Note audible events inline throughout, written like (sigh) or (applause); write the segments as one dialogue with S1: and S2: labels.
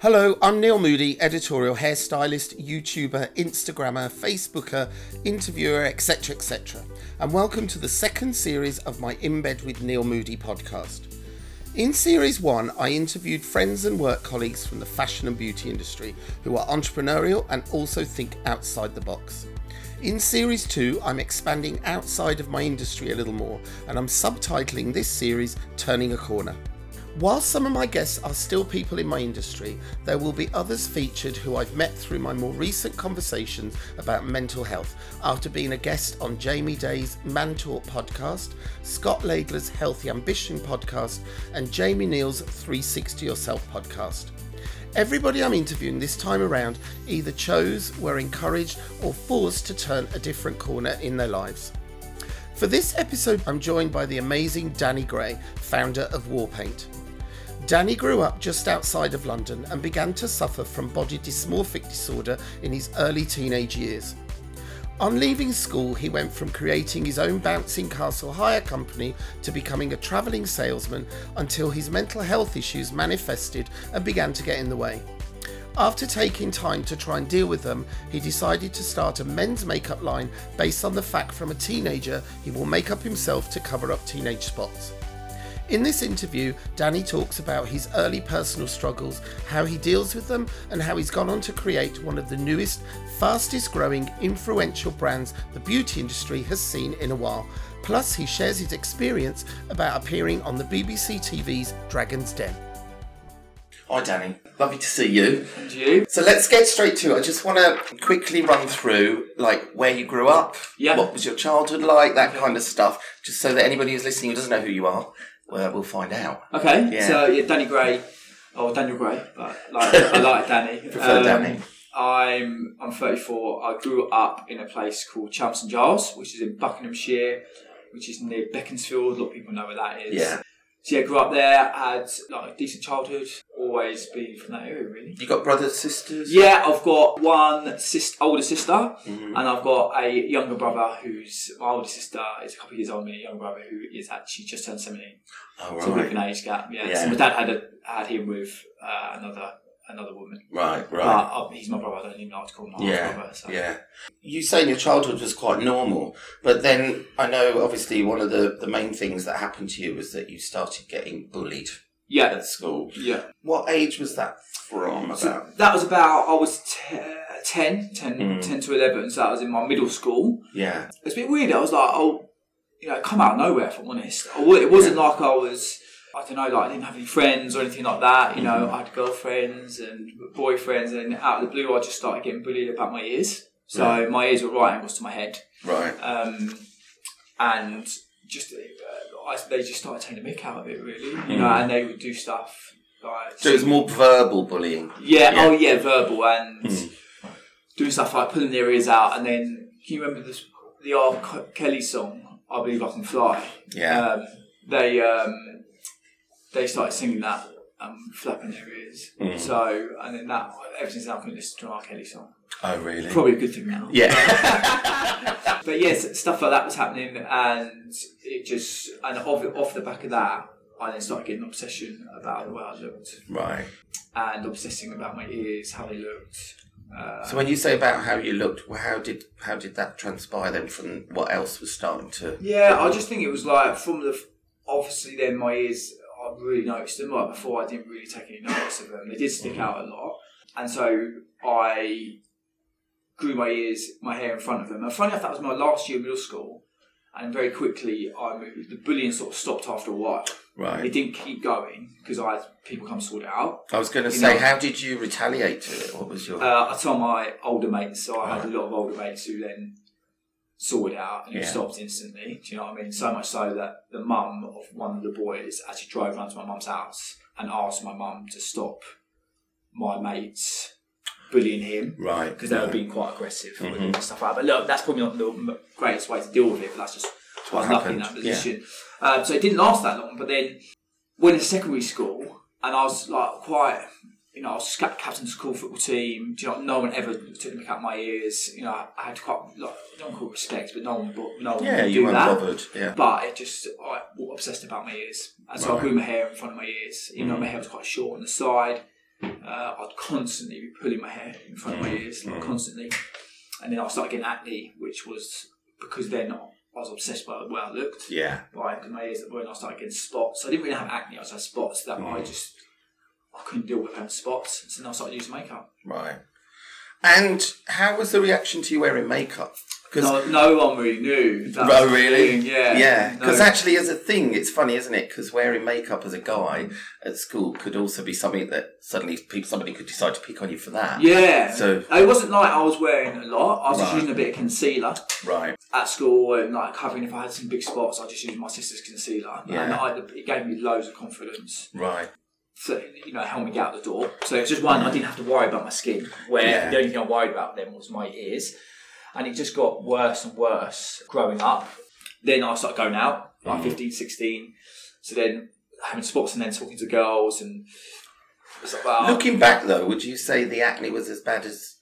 S1: Hello, I'm Neil Moody, editorial hairstylist, YouTuber, Instagrammer, Facebooker, interviewer, etc., etc., and welcome to the second series of my In Bed with Neil Moody podcast. In series one, I interviewed friends and work colleagues from the fashion and beauty industry who are entrepreneurial and also think outside the box. In series two, I'm expanding outside of my industry a little more, and I'm subtitling this series Turning a Corner. While some of my guests are still people in my industry, there will be others featured who I've met through my more recent conversations about mental health after being a guest on Jamie Day's Man Talk podcast, Scott Laidler's Healthy Ambition podcast, and Jamie Neal's 360 Yourself podcast. Everybody I'm interviewing this time around either chose, were encouraged, or forced to turn a different corner in their lives. For this episode, I'm joined by the amazing Danny Gray, founder of Warpaint. Danny grew up just outside of London and began to suffer from body dysmorphic disorder in his early teenage years. On leaving school, he went from creating his own bouncing castle hire company to becoming a travelling salesman until his mental health issues manifested and began to get in the way. After taking time to try and deal with them, he decided to start a men's makeup line based on the fact from a teenager he will make up himself to cover up teenage spots. In this interview, Danny talks about his early personal struggles, how he deals with them, and how he's gone on to create one of the newest, fastest growing, influential brands the beauty industry has seen in a while. Plus, he shares his experience about appearing on the BBC TV's Dragon's Den. Hi, Danny. Lovely to see you.
S2: And you?
S1: So let's get straight to it. I just want to quickly run through like where you grew up,
S2: Yeah.
S1: what was your childhood like, that kind of stuff, just so that anybody who's listening who doesn't know who you are, well, we'll find out.
S2: Okay,
S1: Yeah.
S2: so yeah, Danny Gray, or Daniel Gray, but
S1: (laughs)
S2: like, I like Danny.
S1: Prefer
S2: Um,
S1: Danny.
S2: I'm I'm 34. I grew up in a place called Champs and Giles, which is in Buckinghamshire, which is near Beaconsfield. A lot of people know where that is.
S1: Yeah.
S2: So yeah, grew up there. Had like a decent childhood. Always been from that area, really.
S1: You got brothers, sisters?
S2: Yeah, I've got one sis- older sister,
S1: Mm-hmm.
S2: and I've got a younger brother who's my older sister is a couple of years older than me. A younger brother who is actually just turned 17.
S1: Oh,
S2: So we
S1: right.
S2: can age gap. Yeah.
S1: Yeah.
S2: So my dad had a, had him with uh, another another woman.
S1: Right,
S2: But
S1: right.
S2: uh, he's my brother. I don't even know what to call him. my
S1: yeah,
S2: brother. So.
S1: yeah. You saying your childhood was quite normal, but then I know obviously one of the, the main things that happened to you was that you started getting bullied
S2: Yeah.
S1: at school.
S2: Yeah.
S1: What age was that from? About
S2: So that was about I was te- 10, 10,
S1: Hmm.
S2: 10 to eleven. So that was in my middle school.
S1: yeah,
S2: It's a bit weird. I was like, oh, you know, come out of nowhere. If I'm honest, I wa- it wasn't like I was. I don't know, like I didn't have any friends or anything like that. You
S1: Mm-hmm.
S2: know, I had girlfriends and boyfriends, and out of the blue, I just started getting bullied about my ears. So my ears were right angles to my head.
S1: right.
S2: um, and just uh, I, they just started taking the mick out of it, really. You know, and they would do stuff like
S1: So Hmm. it was more verbal bullying.
S2: yeah,
S1: yeah. Hmm.
S2: oh yeah, verbal and do stuff like pulling their ears out, and then can you remember this, the R. Kelly song? I believe I can fly.
S1: Yeah.
S2: Um, they um, they started singing that. and flapping their ears,
S1: Hmm.
S2: so and then that ever since then I couldn't listen to an R. Kelly song.
S1: Oh, really?
S2: Probably a good thing now. (laughs)
S1: Yeah.
S2: But yes, stuff like that was happening, and it just and off, off the back of that, I then started getting an obsession about the way I looked
S1: right.
S2: and obsessing about my ears, how they looked. Uh,
S1: So when you say about how you looked, well, how did how did that transpire then from what else was starting to?
S2: yeah, I just think it was like from the obviously then my ears, I really noticed them. Like before, I didn't really take any notice of them. They did stick out a lot, and so I grew my ears, my hair in front of them. And funny enough, that was my last year of middle school, and very quickly I moved. The bullying sort of stopped after a while. it
S1: Right.
S2: didn't keep going because I had people come sort it out.
S1: I was going to
S2: You
S1: say,
S2: know-
S1: how did you retaliate to it? What was your?
S2: Uh, I told my older mates, so I had a lot of older mates who then sorted it out and it
S1: Yeah.
S2: stopped instantly. Do you know what I mean? So much so that the mum of one of the boys actually drove round to my mum's house and asked my mum to stop my mates bullying him
S1: right.
S2: because they were being quite aggressive with him and stuff like that. But look, that's probably not the m- greatest way to deal with it, but that's just
S1: what
S2: what happened in that
S1: happened, yeah.
S2: position. Um, so it didn't last that long, but then went to secondary school and I was like quite you know, I was ca- captain of the school football team. Do you know, no one ever took into account my ears. You know, I had quite, like, I don't call it respect, but no one, but no one
S1: Yeah,
S2: would
S1: you
S2: do
S1: weren't
S2: that.
S1: bothered. Yeah.
S2: But it just, I was obsessed about my ears. And so I
S1: Right. Mm.
S2: grew my hair in front of my ears. Even though my hair was quite short on the side, uh, I'd constantly be pulling my hair in front
S1: Mm.
S2: of my ears, like constantly. And then I started getting acne, which was because then I was obsessed by the way I looked.
S1: Yeah.
S2: Right, because my ears were and I started getting spots. I didn't really have acne, I just had spots that
S1: Mm.
S2: I just I couldn't deal with having spots. So then I started using makeup.
S1: Right. And how was the reaction to you wearing makeup? Because
S2: No, no one really knew. That
S1: oh,
S2: was the
S1: really?
S2: thing, Uh, Yeah.
S1: Yeah.
S2: no.
S1: Because actually, as a thing, it's funny, isn't it? Because wearing makeup as a guy at school could also be something that suddenly people, somebody could decide to pick on you for that.
S2: Yeah.
S1: So-
S2: it wasn't like I was wearing a lot. I was just
S1: Right.
S2: using a bit of concealer
S1: Right.
S2: at school and like covering if I had some big spots, I just used my sister's concealer. And
S1: Yeah.
S2: I, it gave me loads of confidence.
S1: Right.
S2: So, you know, helped me get out the door. So it's just one I didn't have to worry about my skin. Where
S1: Yeah.
S2: the only thing I worried about then was my ears, and it just got worse and worse growing up. Then I started going out
S1: Mm.
S2: like 15, 16. So then having spots and then talking to girls and it's like, well,
S1: Looking back, though, would you say the acne was as bad as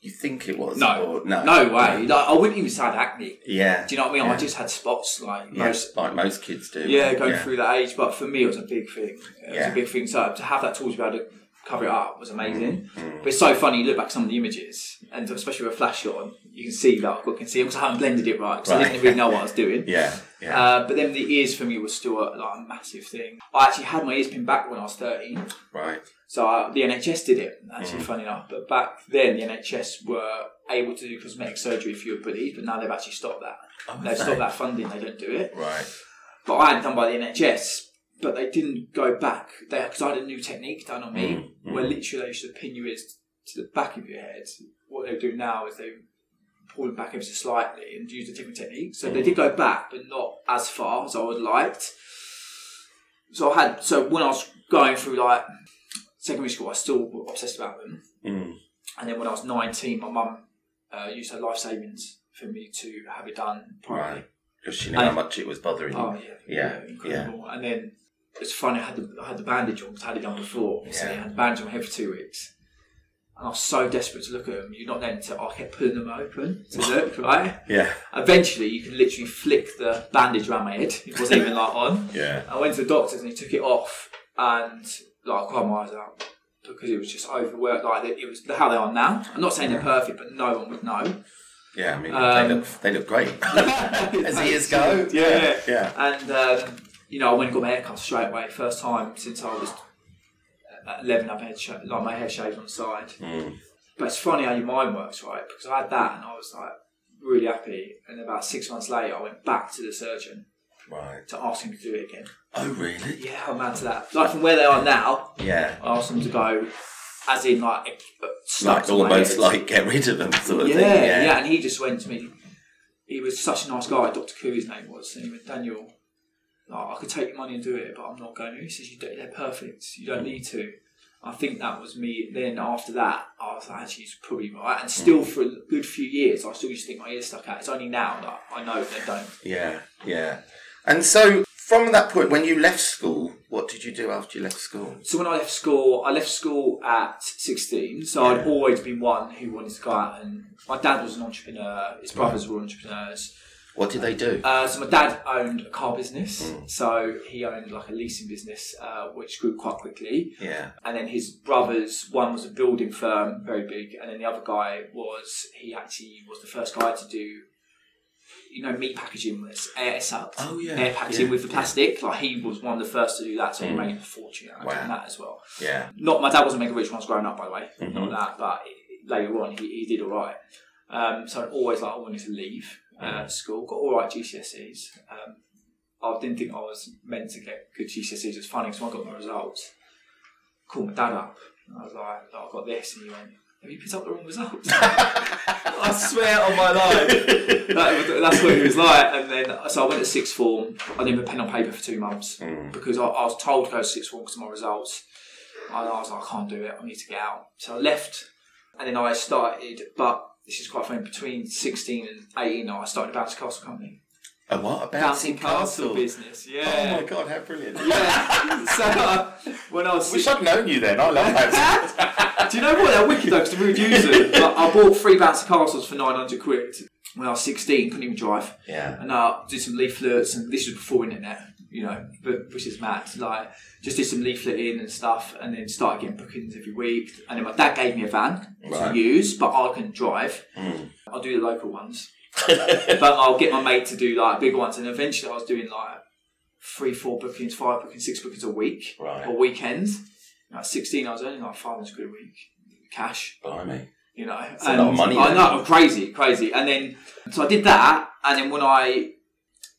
S1: you think it was?
S2: no,
S1: Or-
S2: no,
S1: no.
S2: way. Like, I wouldn't even say I had acne.
S1: Yeah.
S2: Do you know what I mean?
S1: Yeah.
S2: I just had spots like
S1: Yeah,
S2: most
S1: like most kids do.
S2: Yeah, going through that age, but for me, it was a big thing. It was
S1: Yeah.
S2: a big thing. So to have that tool to be able to cover it up was amazing.
S1: Mm-hmm.
S2: But it's so funny. You look back at some of the images, and especially with a flash on, you can see that I can see because I haven't blended it right because I
S1: Right.
S2: didn't really know what I was doing.
S1: (laughs) Yeah. Yeah.
S2: Uh, but then the ears for me was still a, like a massive thing. I actually had my ears pinned back when I was 13.
S1: right.
S2: So uh, the NHS did it, actually,
S1: Mm-hmm.
S2: funny enough. But back then, the NHS were able to do cosmetic surgery for your buddies, but now they've actually stopped that. they've
S1: okay.
S2: stopped that funding, they don't do it
S1: Right.
S2: but I had done by the NHS. But they didn't go back there because I had a new technique done on me
S1: Mm,
S2: where literally they used to pin your ears to the back of your head. What they do now is they pull them back ever so slightly and use a different technique. So
S1: Mm.
S2: they did go back, but not as far as I would liked. So I had so when I was going through like secondary school, I was still obsessed about them.
S1: Mm.
S2: And then when I was 19, my mum uh, used her life savings for me to have it done privately.
S1: Right. Because she knew how much it was bothering you.
S2: Oh yeah,
S1: Yeah,
S2: incredible. And then it's funny. I had the I had the bandage on because I had it done before. So
S1: Yeah.
S2: I had the bandage on my head for two weeks, and I was so desperate to look at them. You're not then to. I kept pulling them open
S1: (laughs)
S2: to look right.
S1: Yeah.
S2: Eventually, you could literally flick the bandage around my head. It wasn't even like on.
S1: Yeah.
S2: I went to the doctors and he took it off, and like I cried my eyes out because it was just overworked. Like it was how they are now. I'm not saying they're perfect, but no one would know.
S1: Yeah, I mean,
S2: Um,
S1: they, look, they look great.
S2: (laughs)
S1: As years go.
S2: Yeah.
S1: Yeah.
S2: And um, you know, I went and got my hair cut straight away. First time since I was eleven, I've had sha- like my hair shaved on the side.
S1: Mm.
S2: But it's funny how your mind works, right? Because I had that, and I was like really happy. And about six months later, I went back to the surgeon
S1: Right.
S2: to ask him to do it again.
S1: Oh, really?
S2: Yeah, I'm mad to that. Like from where they are now,
S1: Yeah.
S2: I asked them to go, as in like ex- uh,
S1: Like
S2: stuck to my
S1: almost
S2: head.
S1: like get rid of them sort of
S2: yeah,
S1: thing.
S2: yeah,
S1: Yeah.
S2: And he just went to me. He was such a nice guy. Doctor Koo, his name was. And he went, Daniel, like, I could take your money and do it, but I'm not going to. He says, you don't, they're perfect. You don't need to. I think that was me. Then after that, I was like, actually, he's probably right. And
S1: Mm.
S2: still for a good few years, I still used to think my ears stuck out. It's only now that I know they don't.
S1: Yeah. Yeah. And so from that point, when you left school, what did you do after you left school?
S2: So when I left school, I left school at 16. So I'd always been one who wanted to go out and my dad was an entrepreneur. His brothers were entrepreneurs.
S1: What did they do?
S2: Uh, so my dad owned a car business,
S1: Hmm.
S2: so he owned like a leasing business, uh, which grew quite quickly.
S1: yeah.
S2: And then his brothers, one was a building firm, very big, and then the other guy was he actually was the first guy to do, you know, meat packaging was air sucked,
S1: Oh, yeah.
S2: air packaging
S1: Yeah,
S2: with the
S1: yeah. Hmm.
S2: plastic. Like he was one of the first to do that, so he made a fortune out of
S1: Wow.
S2: doing that as well.
S1: Yeah.
S2: Not my dad wasn't making rich when I was growing up, by the way,
S1: Mhm.
S2: not that, but later on he, he did all right. Um, so I always like I wanted to leave uh, school, got all right GCSEs. Um, I didn't think I was meant to get good GCSEs. It's funny because when I got my results, called my dad up. And I was like, "Look, I got this, and he went, "Have you picked up the wrong results?" (laughs) I swear on my life. That was, that's what it was like. And then, so I went to sixth form. I didn't put pen on paper for two months because I, I was told to go to sixth form because of my results. And I was like, I can't do it. I need to get out. So I left, and then I started. But this is quite funny. Between sixteen and eighteen, I started a bouncy castle company,
S1: A what? A bouncing castle.
S2: business. Yeah.
S1: Oh my god, how brilliant.
S2: Yeah. (laughs) so uh, when I was
S3: Wish I'd known you then. I love that.
S2: (laughs) Do you know what? They're wicked though, because the rude user.
S3: (laughs)
S2: Like, I bought three bags of castles for 900 quid when I was 16, couldn't even drive.
S3: yeah.
S2: And I did some leaflets, and this was before internet, you know, but which is mad. Like, just did some leafleting and stuff, and then started getting bookings every week. And then my dad gave me a van
S3: Right. Mm.
S2: to use, but I couldn't drive. I'll do the local ones, but I'll get my mate to do like big ones. And eventually, I was doing like three, four bookings, five bookings, six bookings a week
S3: Right.
S2: or weekends. At 16, I was earning like 500 quid a week cash
S3: (laughs) Blimey.
S2: you know.
S3: a lot of money
S2: I
S3: then.
S2: know, crazy, crazy. And then, so I did that, and then when I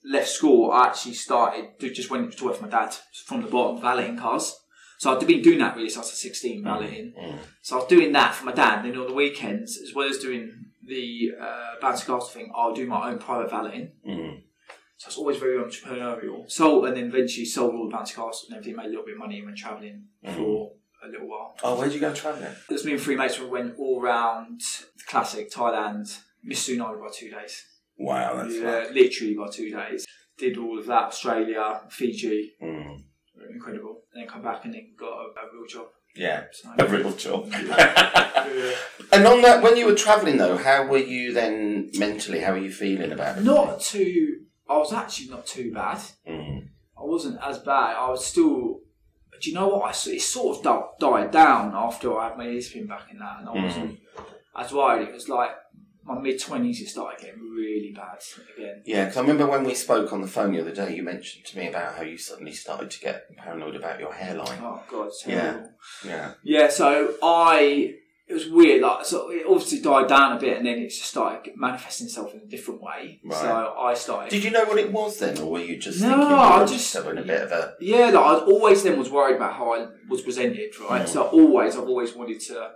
S2: left school, I actually started, do- just went to work for my dad from the bottom, valeting cars. So I'd been doing that really since I was
S3: Mm,
S2: 16, valeting. So I was doing that for my dad, and then on the weekends, as well as doing the uh, bouncy castle thing, I'll do my own private valeting.
S3: Mm.
S2: So I was always very entrepreneurial. So, and then eventually sold all the bouncy castles and everything, made a little bit of money and went travelling
S3: Mm.
S2: for a little while.
S3: Oh, where'd you go travelling?
S2: It was me and three mates we went all round the classic Thailand, missed tsunami by two days.
S3: Wow, that's
S2: Yeah,
S3: yeah.
S2: literally by two days. Did all of that, Australia, Fiji,
S3: Mm.
S2: incredible. And then come back and then got a, a real job.
S3: Yeah.
S2: So,
S3: A real job.
S2: yeah.
S3: and on that, when you were travelling though, how were you then mentally? How were you feeling about it?
S2: Not too, I was actually not too bad.
S3: Mm.
S2: I wasn't as bad. I was still. Do you know what? I s- it sort of di- died down after I had my ears pin back and that, and I wasn't as worried. It was like my mid twenties. It started getting really bad again.
S3: Yeah, because I remember when we spoke on the phone the other day, you mentioned to me about how you suddenly started to get paranoid about your hairline.
S2: Oh god, it's
S3: Yeah.
S2: terrible.
S3: Yeah.
S2: Yeah, so I it was weird. Like, so it obviously died down a bit, and then it just started manifesting itself in a different way.
S3: Right.
S2: So I started.
S3: Did you know what it was then, or were you just
S2: No,
S3: thinking you
S2: I
S3: were
S2: just-
S3: just having a bit of a
S2: yeah, like I always then was worried about how I was presented, right? So always, I've always wanted to.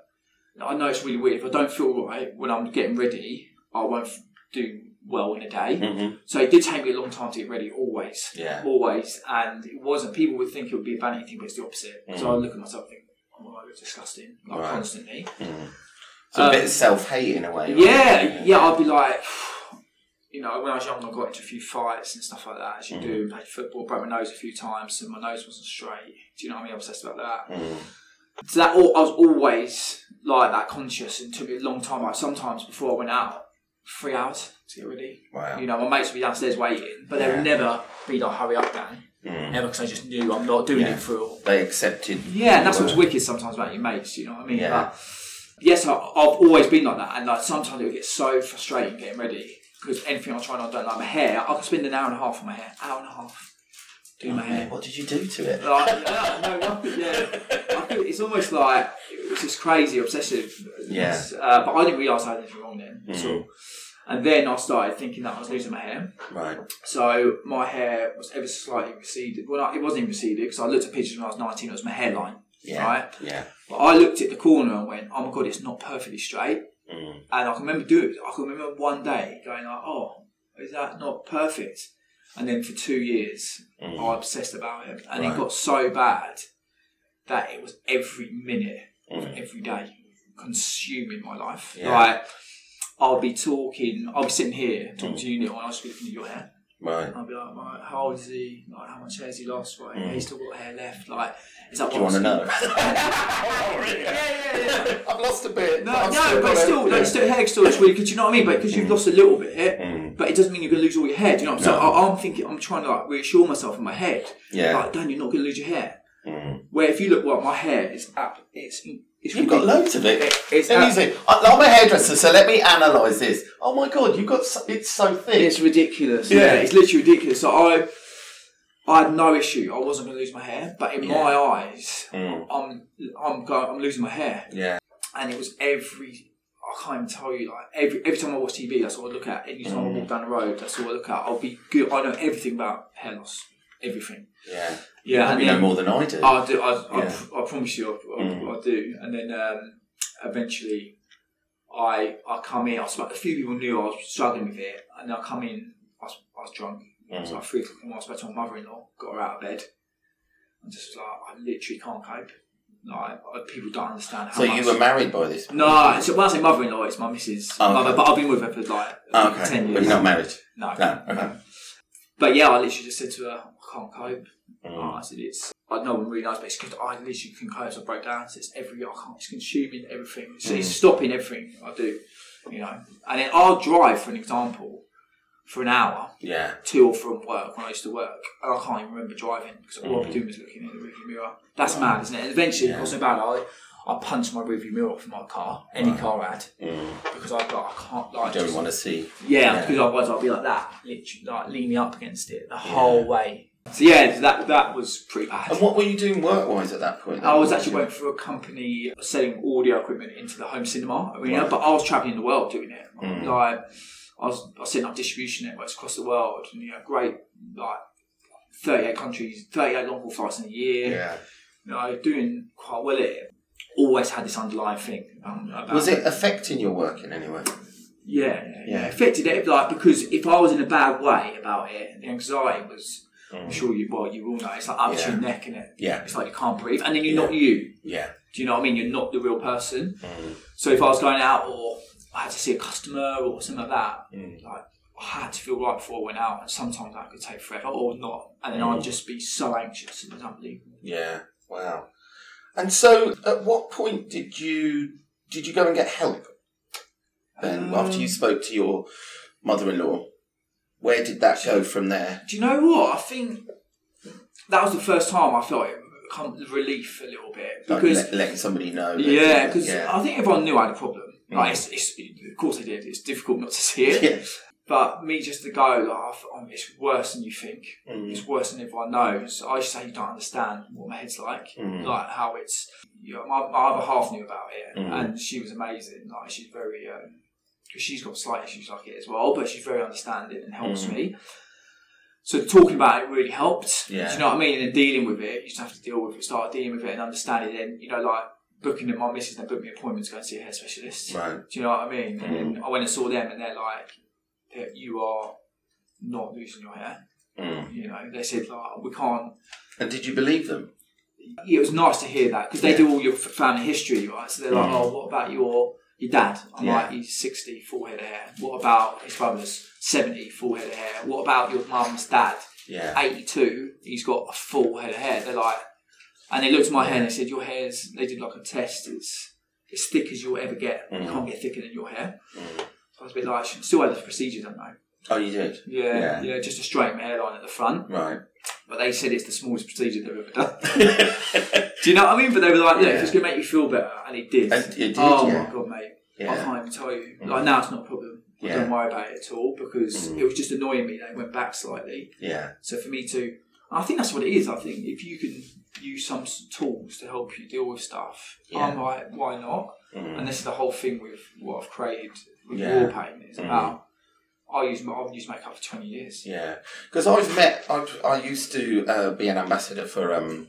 S2: I know it's really weird. If I don't feel right when I'm getting ready, I won't f- do well in a day. So it did take me a long time to get ready. Always,
S3: Mm-hmm. yeah?
S2: always, and it wasn't. People would think it would be a vanity thing, but it's the opposite. So I look at myself and think, "Oh, I look disgusting," like
S3: Mm. Right.
S2: constantly.
S3: So a
S2: Um,
S3: bit of self hate in a way. right?
S2: Yeah, yeah, I'd be like, (sighs) you know, when I was young, I got into a few fights and stuff like that, as you do.
S3: Mm-hmm.
S2: Played football, broke my nose a few times, and my nose wasn't straight. Do you know what I mean? I'm obsessed about that.
S3: Mm.
S2: So that all, I was always like that conscious, and it took me a long time. Like sometimes before I went out, three hours to get ready.
S3: Wow.
S2: You know, my mates would be downstairs waiting, but they would never be like, "Hurry up, Dan!"
S3: Mm.
S2: Never, because I just knew I'm not doing
S3: Yeah.
S2: it for all.
S3: They accepted.
S2: Yeah, and that's
S3: you
S2: what's
S3: were.
S2: wicked sometimes about your mates, you know what I mean?
S3: Yeah.
S2: But, yes, I, I've always been like that, and like sometimes it would get so frustrating getting ready because anything I try and I don't like my hair, I could spend an hour and a half on my hair, hour and a half doing my hair.
S3: What did you do to it?
S2: Like, no, no, I could- yeah, I could- it's almost like it's just crazy, obsessive.
S3: Yeah. Mm.
S2: Uh, but I didn't realise I had anything wrong then. So, and then I started thinking that I was losing my hair.
S3: Right.
S2: So my hair was ever so slightly receded. Well, no, it wasn't even receded because I looked at pictures when I was 19, it was my hairline.
S3: Yeah.
S2: Right?
S3: Yeah.
S2: But I looked at the corner and went, "Oh my god, it's not perfectly straight."
S3: Mm.
S2: And I can remember doing. I can remember one day going like, "Oh, is that not perfect?" And then for two years, I obsessed about it, and
S3: Mm. Right.
S2: it got so bad that it was every minute of every day consuming my life.
S3: Mm. Yeah.
S2: Like I'll be talking, I'll be sitting here talking
S3: Mm.
S2: to you, Neil, and I'll just be looking at your hair.
S3: Right.
S2: I'll be like, right, how old is he? Like, how much hair has he lost? Right, he's still got hair left. Like, is that
S3: Mm. Do you want to know?
S2: (laughs)
S3: Oh,
S2: Yeah, yeah, yeah.
S3: I've lost a bit.
S2: Oh, (laughs) No, no, but still, like, still, hair still looks weird. Because you know what I mean. But because
S3: Mm.
S2: you've lost a little bit, but it doesn't mean you're going to lose all your hair. Do you know? What I'm saying? So I, I'm thinking, I'm trying to like reassure myself in my head.
S3: Yeah.
S2: Like, Dan, you're not going to lose your hair.
S3: Mm.
S2: Where if you look, well, my hair is up. It's it's
S3: You've got loads of it.
S2: It- it's uh,
S3: and
S2: that-
S3: you say, "I- I'm a hairdresser, so let me analyse this. Oh my god, you've got so, it's so thick.
S2: It's ridiculous.
S3: Yeah.
S2: Yeah. it's literally ridiculous. So I, I had no issue. I wasn't going to lose my hair, but in my eyes,
S3: Mm.
S2: I'm I'm going, I'm losing my hair.
S3: yeah.
S2: and it was every I can't even tell you like every every time I watch TV that's all I look at. Every time I
S3: Mm.
S2: walk down the road that's all I look at. I'll be good. I know everything about hair loss, everything.
S3: Yeah.
S2: Yeah, and
S3: you know
S2: then Oh,
S3: more than I do.
S2: I do. I, I,
S3: Yeah. Mm.
S2: pr- I promise you, I, I, I do. And then um, eventually, I I come in. I spoke, a few people knew I was struggling with it, and I come in. I was, I was drunk. It
S3: Mm.
S2: was like three o'clock in the morning. I spoke to my mother-in-law, got her out of bed, and just was like, I literally can't cope. Like I- people don't understand how
S3: so
S2: much.
S3: you were married by this? point?
S2: No, so when I say mother-in-law, it's my missus.
S3: Oh, okay. Oh,
S2: Mother, but I've been with her for like
S3: Okay.
S2: Oh, ten
S3: But
S2: years.
S3: you're not married.
S2: no.
S3: No. Okay.
S2: But yeah, I literally just said to her, I can't cope. Oh, I said it's like no one really knows, but it's because I literally concurs I broke down. So it's every I can't. It's consuming everything. So it's stopping everything I do. You know, and then I'll drive for an example for an hour
S3: Yeah.
S2: to or from work when I used to work, and I can't even remember driving because all I was doing was looking in the rearview mirror. That's mad, isn't it? And eventually, it got so bad, I I punched my rearview mirror off my car, any car I had, because I got I can't like
S3: Don't
S2: just-
S3: want to see.
S2: yeah,
S3: Yeah.
S2: because otherwise I'd be like that, literally like leaning up against it the whole way. So yeah, that that was pretty bad.
S3: And what were you doing work wise at that point? then?
S2: I was actually working for a company selling audio equipment into the home cinema arena,
S3: Right. Mm.
S2: but I was traveling the world doing it. Like I was, I was setting up distribution networks across the world, and you know, great like thirty-eight countries, thirty-eight long haul flights in a year.
S3: Yeah.
S2: You know, doing quite well at it. Always had this underlying thing. Um, about-
S3: Was it affecting your work in any way?
S2: yeah, yeah, yeah.
S3: Yeah.
S2: Affected it like because if I was in a bad way about it, the anxiety was. I'm sure you. Well, you all know it's like up to
S3: Mm. Yeah.
S2: your neck, innit?
S3: Yeah.
S2: It's like you can't breathe, and then you're not you.
S3: Yeah. Mm.
S2: Do you know what I mean? You're not the real person. So if I was going out or I had to see a customer or something like that,
S3: Mm.
S2: like I had to feel right before I went out, and sometimes that could take forever or not, and then
S3: Mm.
S2: I'd just be so anxious and it's unbelievable.
S3: Yeah. Wow. And so, at what point did you did you go and get help? Then
S2: Um,
S3: after you spoke to your mother-in-law, where did that go from there?
S2: Do you know what? I think that was the first time I felt it come relief a little bit
S3: Like
S2: because
S3: let- letting somebody know. that-
S2: yeah, because
S3: yeah. Mm.
S2: I think everyone knew I had a problem. Like it's, it's, of course they did. It's difficult not to see it.
S3: Yeah.
S2: But me just to go, like, I thought, oh, it's worse than you think.
S3: Mm.
S2: It's worse than everyone knows. I used to say you don't understand what my head's like,
S3: Mm.
S2: like how it's. You know, my, my other half knew about it,
S3: Mm.
S2: and she was amazing. Like she's very, um 'cause she's got slight issues like it as well, but she's very understanding and helps
S3: Mm.
S2: me. So talking about it really helped.
S3: Yeah.
S2: Do you know what I mean? And dealing with it, you just have to deal with it, start dealing with it, and understand it. And you know, like booking in my missus, they booked me appointments to go and see a hair specialist.
S3: Right. Mm.
S2: Do you know what I mean? And then I went and saw them, and they're like, "That "You are not losing your hair."
S3: Mm.
S2: You know, they said like, "We can't."
S3: And did you believe them?
S2: It was nice to hear that because they
S3: Yeah.
S2: do all your f- family history, right? So they're like,
S3: Mhm.
S2: "Oh, what about your your dad?" I'm
S3: Yeah.
S2: like, "He's sixty, full head of hair." What about his brothers? Seventy, full head of hair. What about your mum's dad?
S3: Yeah.
S2: Eighty-two, he's got a full head of hair. They're like, and they looked at my hair and they said, "Your hair's." They did like a test. It's as thick as you'll ever get. You
S3: Mhm.
S2: can't get thicker than your hair.
S3: Mm.
S2: I was a bit like, I should still had the procedure, don't I?
S3: Oh, you did.
S2: Yeah, yeah,
S3: Yeah.
S2: just a straight my hairline at the front. (laughs)
S3: Right. (laughs)
S2: But they said it's the smallest procedure they've ever done. (laughs) Do you know what I mean? But they were like, look, if it's going to make you feel better, and it did.
S3: And it did,
S2: oh
S3: yeah.
S2: my god, mate, I
S3: Yeah. Mm.
S2: can't even tell you. Like now, it's not a problem. I
S3: Yeah. Mm.
S2: Don't worry about it at all because it was just annoying me. They went back slightly.
S3: Yeah.
S2: So for me to, I think that's what it is. I think if you can use some s- tools to help you deal with stuff,
S3: Yeah. Mm.
S2: I'm like, why not? And this is the whole thing with what I've created with
S3: Yeah. Mm.
S2: war paint is about. I use ma- I've used makeup for twenty years.
S3: Yeah, because I've met. I've, I used to uh, be an ambassador for. Um,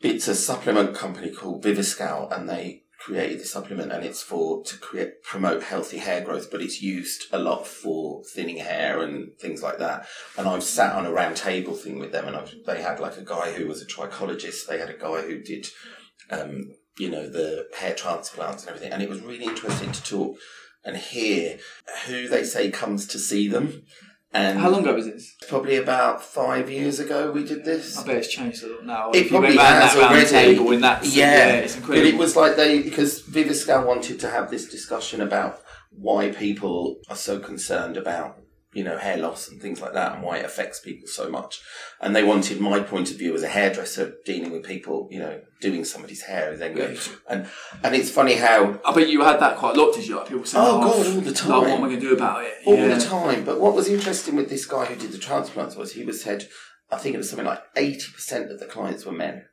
S3: it's a supplement company called Viviscal, and they created this supplement, and it's for to create promote healthy hair growth. But it's used a lot for thinning hair and things like that. And I've sat on a round table thing with them, and I've, they had like a guy who was a trichologist. They had a guy who did. Um, you know the hair transplants and everything, and it was really interesting to talk and hear who they say comes to see them. And
S2: How long ago was this?
S3: Probably about five years ago we did this.
S2: I bet it's changed a lot now.
S3: It
S2: If you
S3: probably
S2: went round
S3: has
S2: that round
S3: already.
S2: Table in that,
S3: yeah.
S2: it's incredible.
S3: But it was like they because Viviscal wanted to have this discussion about why people are so concerned about you know hair loss and things like that and why it affects people so much. And they wanted my point of view as a hairdresser dealing with people you know doing somebody's hair and then go and and it's funny how
S2: I bet you had that quite a lot, did you? Like people saying,
S3: Oh, God,
S2: f-
S3: all the
S2: like,
S3: time.
S2: what am I going to do about it?"
S3: all
S2: yeah.
S3: the time. But what was interesting with this guy who did the transplants was he was said, I think it was something like eighty percent of the clients were men,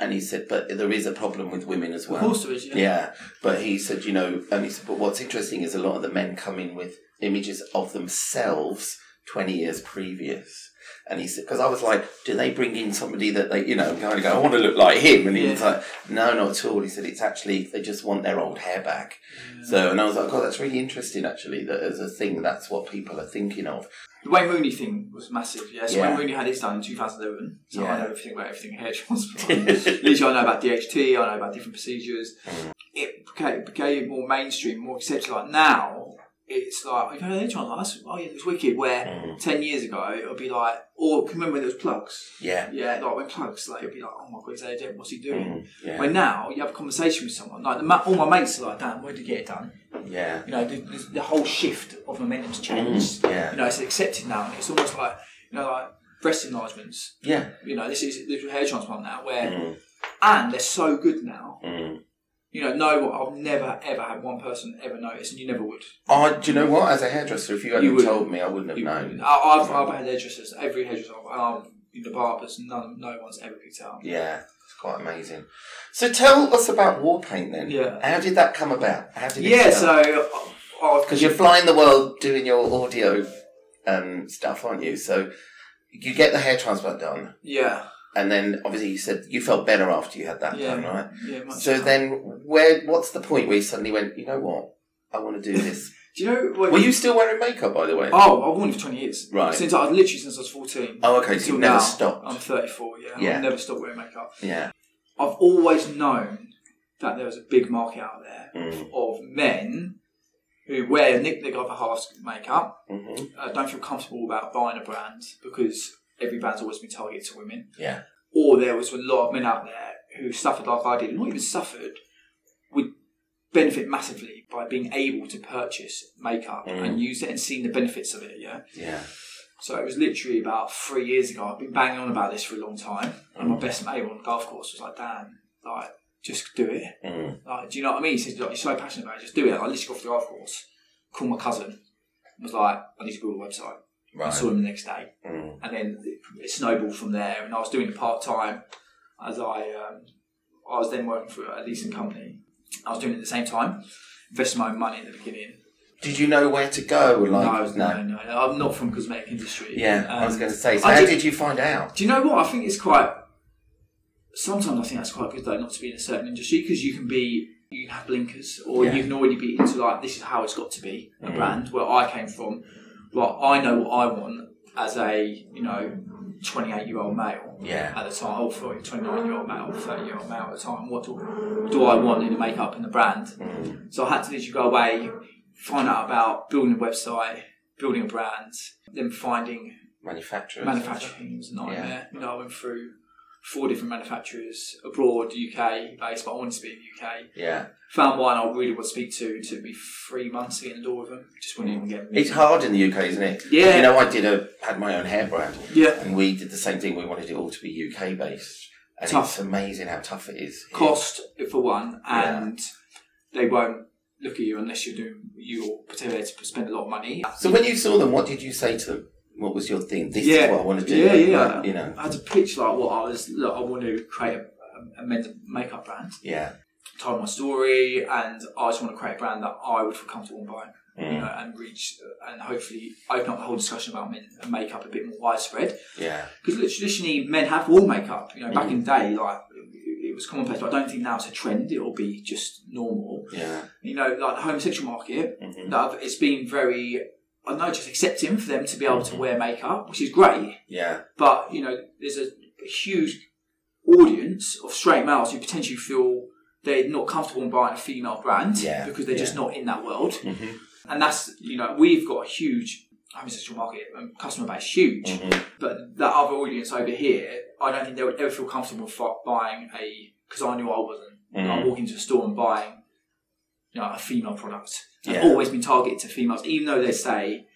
S3: and he said, but there is a problem with women as well.
S2: Of course there is. Yeah.
S3: Yeah, but he said, you know, and he said, but what's interesting is a lot of the men come in with images of themselves 20 years previous. And he said, because I was like, do they bring in somebody that they, you know, kind of go, I want to look like him? And he was
S2: Yeah.
S3: like, no, not at all. He said, it's actually, they just want their old hair back. So, and I was like, God, that's really interesting, actually, that as a thing, that's what people are thinking of.
S2: The Wayne Rooney thing was massive. Yeah. So
S3: Yeah.
S2: Wayne Rooney had his done in 2011. So I
S3: Yeah.
S2: know everything about everything
S3: (laughs)
S2: hair (laughs) transplant. Literally, I know about DHT.
S3: Mm.
S2: I know about different procedures. It became, became more mainstream, more accepted. Like now, it's like, you know, they're trying like, that's, oh yeah, it's wicked. Where
S3: Mm.
S2: 10 years ago, it would be like, or can you remember when there was plugs?
S3: Yeah.
S2: Yeah, like when plugs, like, it'd be like, oh my God, is that What's he doing?
S3: Mm. Yeah.
S2: Where now you have a conversation with someone, like the, ma- all my mates are like, Dan, where did you get it done?
S3: Yeah.
S2: You know, the, the, the whole shift of momentum's changed.
S3: Mm, Yeah.
S2: You know, it's accepted now, and it's almost like, you know, like breast enlargements.
S3: Yeah.
S2: You know, this is this is hair transplant now, where,
S3: Mm.
S2: and they're so good now.
S3: Mm.
S2: You know, no, I've never ever had one person ever notice, and you never would.
S3: I, do you know what? As a hairdresser, if you hadn't
S2: You would-
S3: told me, I wouldn't have
S2: You-
S3: known.
S2: I, I've, I've had hairdressers, every hairdresser, I've, um, the barbers, none, no one's ever picked it up.
S3: Yeah, it's quite amazing. So tell us about war paint then.
S2: Yeah.
S3: How did that come about? How did it
S2: Yeah, so uh, I've
S3: because you're flying the world doing your audio um, stuff, aren't you? So you get the hair transplant done,
S2: yeah,
S3: and then obviously you said you felt better after you had that
S2: Yeah.
S3: done, right?
S2: yeah. much
S3: So
S2: better.
S3: then, where? What's the point where you suddenly went? You know what? I want to do this.
S2: do you know? What,
S3: Were you still wearing makeup, by the way?
S2: Oh, I've worn it for twenty years.
S3: Right.
S2: Since I was literally since I was fourteen.
S3: Oh, okay. So
S2: Till
S3: you never
S2: now,
S3: stopped.
S2: I'm 34. Yeah.
S3: Yeah.
S2: I've never stopped wearing makeup.
S3: yeah.
S2: I've always known that there was a big market out there
S3: Mm.
S2: of men who wear nick nick other half's makeup.
S3: hmm
S2: Uh, don't feel comfortable about buying a brand because every brand's always been targeted to women.
S3: Yeah.
S2: Or there was a lot of men out there who suffered like I did, not even suffered, would benefit massively by being able to purchase makeup
S3: Mm.
S2: and use it and seeing the benefits of it. Yeah.
S3: Yeah.
S2: So it was literally about three years ago. I've been banging on about this for a long time, and
S3: Mm.
S2: my best mate on the golf course was like, "Dan, like, just do it.
S3: Mm.
S2: Like, do you know what I mean?" He says, "Like, "You're so passionate about it. Just do it." I literally got off the golf course, called my cousin, and was like, "I need to build a website." I
S3: Right.
S2: saw him the next day,
S3: Mm.
S2: and then it- it snowballed from there. And I was doing it part time as I, um, I was then working for a leasing company. I was doing it at the same time, investing my own money at the beginning.
S3: Did you know where to go? Like,
S2: no, I was, no, no, no, I'm not from cosmetic industry.
S3: Yeah, I was
S2: Um,
S3: going to say. So
S2: I
S3: how
S2: did-
S3: did, you find out?
S2: Do you know what? I think it's quite. Sometimes I think that's quite good though, not to be in a certain industry because you can be, you can have blinkers, or
S3: Yeah.
S2: you can already be into like this is how it's got to be a
S3: Mm.
S2: brand. Where I came from, like I know what I want as a you know, twenty eight year old male
S3: Yeah.
S2: at the time, or 29 year old male, thirty year old male at the time. What do, what do I want in the makeup and the brand?
S3: Mm.
S2: So I had to literally go away, find out about building a website, building a brand, then finding
S3: Manufacturers.
S2: Manufacturing was a nightmare. You know, I went through four different manufacturers abroad, UK based, but I wanted to be in the UK.
S3: Yeah.
S2: Found one I really would speak to. It took me three months to get in the door with them. Just wouldn't even get me.
S3: It's hard in the UK, isn't it?
S2: Yeah.
S3: You know, I did a had my own hair brand,
S2: Yeah,
S3: and we did the same thing. We wanted it all to be UK based, and
S2: Tough.
S3: it's amazing how tough it is. here.
S2: cost for one, and they won't look at you unless you're doing you're prepared to spend a lot of money.
S3: So when you saw them, what did you say to them? What was your thing? This is what I want to do.
S2: Yeah, yeah.
S3: like, you know.
S2: I had to pitch like what I was. Look, I want to create a, a men's makeup brand.
S3: Yeah.
S2: Told my story, and I just want to create a brand that I would feel comfortable in buying. you
S3: Mm.
S2: know, and reach and hopefully open up the whole discussion about men and makeup a bit more widespread.
S3: Yeah.
S2: Because traditionally, men have all makeup. You know, back in the day, like it it was commonplace, but I don't think now it's a trend. It'll be just normal.
S3: Yeah.
S2: You know, like the homosexual market,
S3: Mhm.
S2: that it's been very, I don't know, just accepting for them to be able to wear makeup, which is great.
S3: Yeah.
S2: But you know, there's a huge audience of straight males who potentially feel they're not comfortable in buying a female brand
S3: Yeah,
S2: because they're just not in that world.
S3: Mhm.
S2: And that's, you know, we've got a huge homosexual market and customer base, huge.
S3: Mhm.
S2: But that other audience over here, I don't think they would ever feel comfortable fi- buying a, because I knew I wasn't. I
S3: Mhm.
S2: walk into a store and buying, you know, a female product. I've
S3: Yeah.
S2: always been targeted to females, even though they say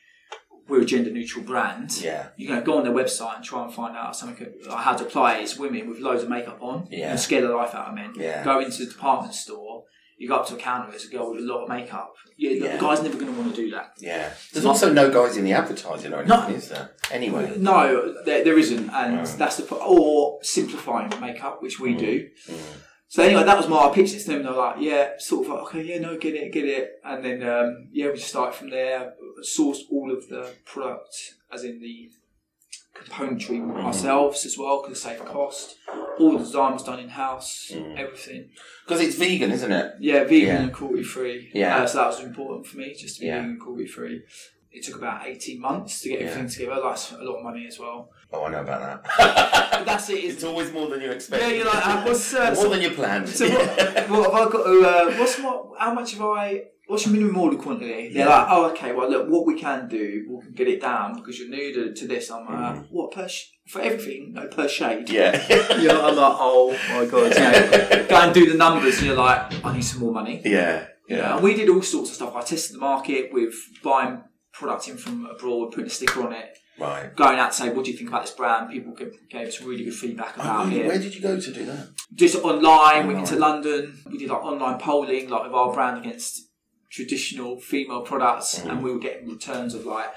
S2: we're a gender neutral brand.
S3: Yeah.
S2: You're going to go on their website and try and find out something like how to apply it. It's women with loads of makeup on.
S3: Yeah.
S2: You scare the life out of men.
S3: Yeah.
S2: Go into the department store. You go up to a counter. There's a girl with a lot of makeup. Yeah, the
S3: Yeah.
S2: guy's never going to want to do that.
S3: Yeah. There's also no guys in the advertising or anything,
S2: No.
S3: is there? Anyway.
S2: No, there, there isn't, and
S3: Right.
S2: that's the pro- or simplifying makeup, which we do.
S3: Mm.
S2: So anyway, that was my pitch to them. They're like, yeah, sort of like, okay, yeah, no, get it, get it, and then um, yeah, we just started from there. Sourced all of the product, as in the componentry
S3: Mm.
S2: ourselves as well, because save cost. All the design was done in house,
S3: Mm.
S2: everything.
S3: Because it's vegan, isn't it?
S2: Yeah, vegan
S3: Yeah.
S2: and Uh, cruelty free.
S3: Yeah.
S2: so that was important for me, just to be
S3: Yeah.
S2: vegan and cruelty free. it took about 18 months to get everything together. That's a lot of money as well.
S3: Oh, I know about that. (laughs)
S2: But that's it.
S3: it's
S2: It's,
S3: always more than you expect.
S2: yeah, you're like, uh, what's uh,
S3: more
S2: so,
S3: than you planned. (laughs)
S2: so what, what have I got to, uh, what's my, how much have I, what's your minimum order quantity? They're
S3: Yeah.
S2: like, oh, okay, well, look, what we can do, we can get it down because you're new to, to this. I'm like, uh, what, per sh- for everything? No, per shade.
S3: Mm. yeah.
S2: You're like, I'm like, oh my god,
S3: (laughs)
S2: you know, go and do the numbers, and you're like, I need some more money.
S3: yeah.
S2: Yeah,
S3: Yeah.
S2: and we did all sorts of stuff. I tested the market with buying product in from abroad, putting a sticker on it,
S3: Right.
S2: going out saying, "What do you think about this brand?" People gave, gave us really good feedback
S3: Oh,
S2: about
S3: really?
S2: it.
S3: Where did you go to do that?
S2: Just online, went into
S3: Online.
S2: London. We did like online polling, like with our brand against traditional female products,
S3: Mm-hmm.
S2: and we were getting returns of like.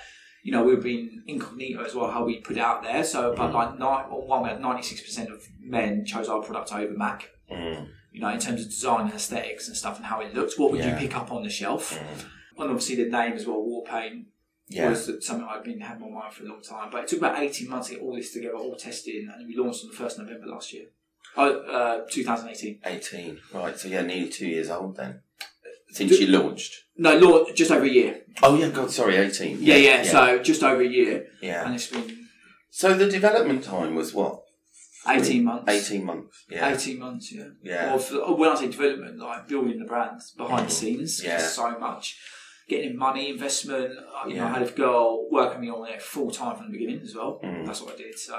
S2: You know, we've been incognito as well, how we put it out there. So,
S3: Mm-hmm.
S2: but like, nine, well, one, we had 96% of men chose our product over MAC
S3: Mm.
S2: you know, in terms of design and aesthetics and stuff and how it looks. What would
S3: Yeah. Mm-hmm.
S2: you pick up on the shelf? And obviously the name as well, War Paint,
S3: Yeah.
S2: was something I've been had in my mind for a long time. But it took about 18 months to get all this together, all tested, and we launched on the 1st November last year. Oh, uh, 2018.
S3: 18. Right. So, yeah, nearly two years old then. Since you launched.
S2: No, launch just over a year.
S3: Oh, yeah, God, sorry, 18.
S2: Yeah, yeah, So just over a year.
S3: yeah.
S2: And it's been
S3: So the development time was what?
S2: 18 months.
S3: 18 months. Yeah.
S2: 18 months, yeah.
S3: Yeah. Mm.
S2: Or for, when I say development, like building the brand behind the scenes,
S3: Yeah.
S2: so much. Getting in money, investment. uh, You know,
S3: Yeah.
S2: I had a girl working me on it full time from the beginning as well.
S3: Mm.
S2: That's what I did. So,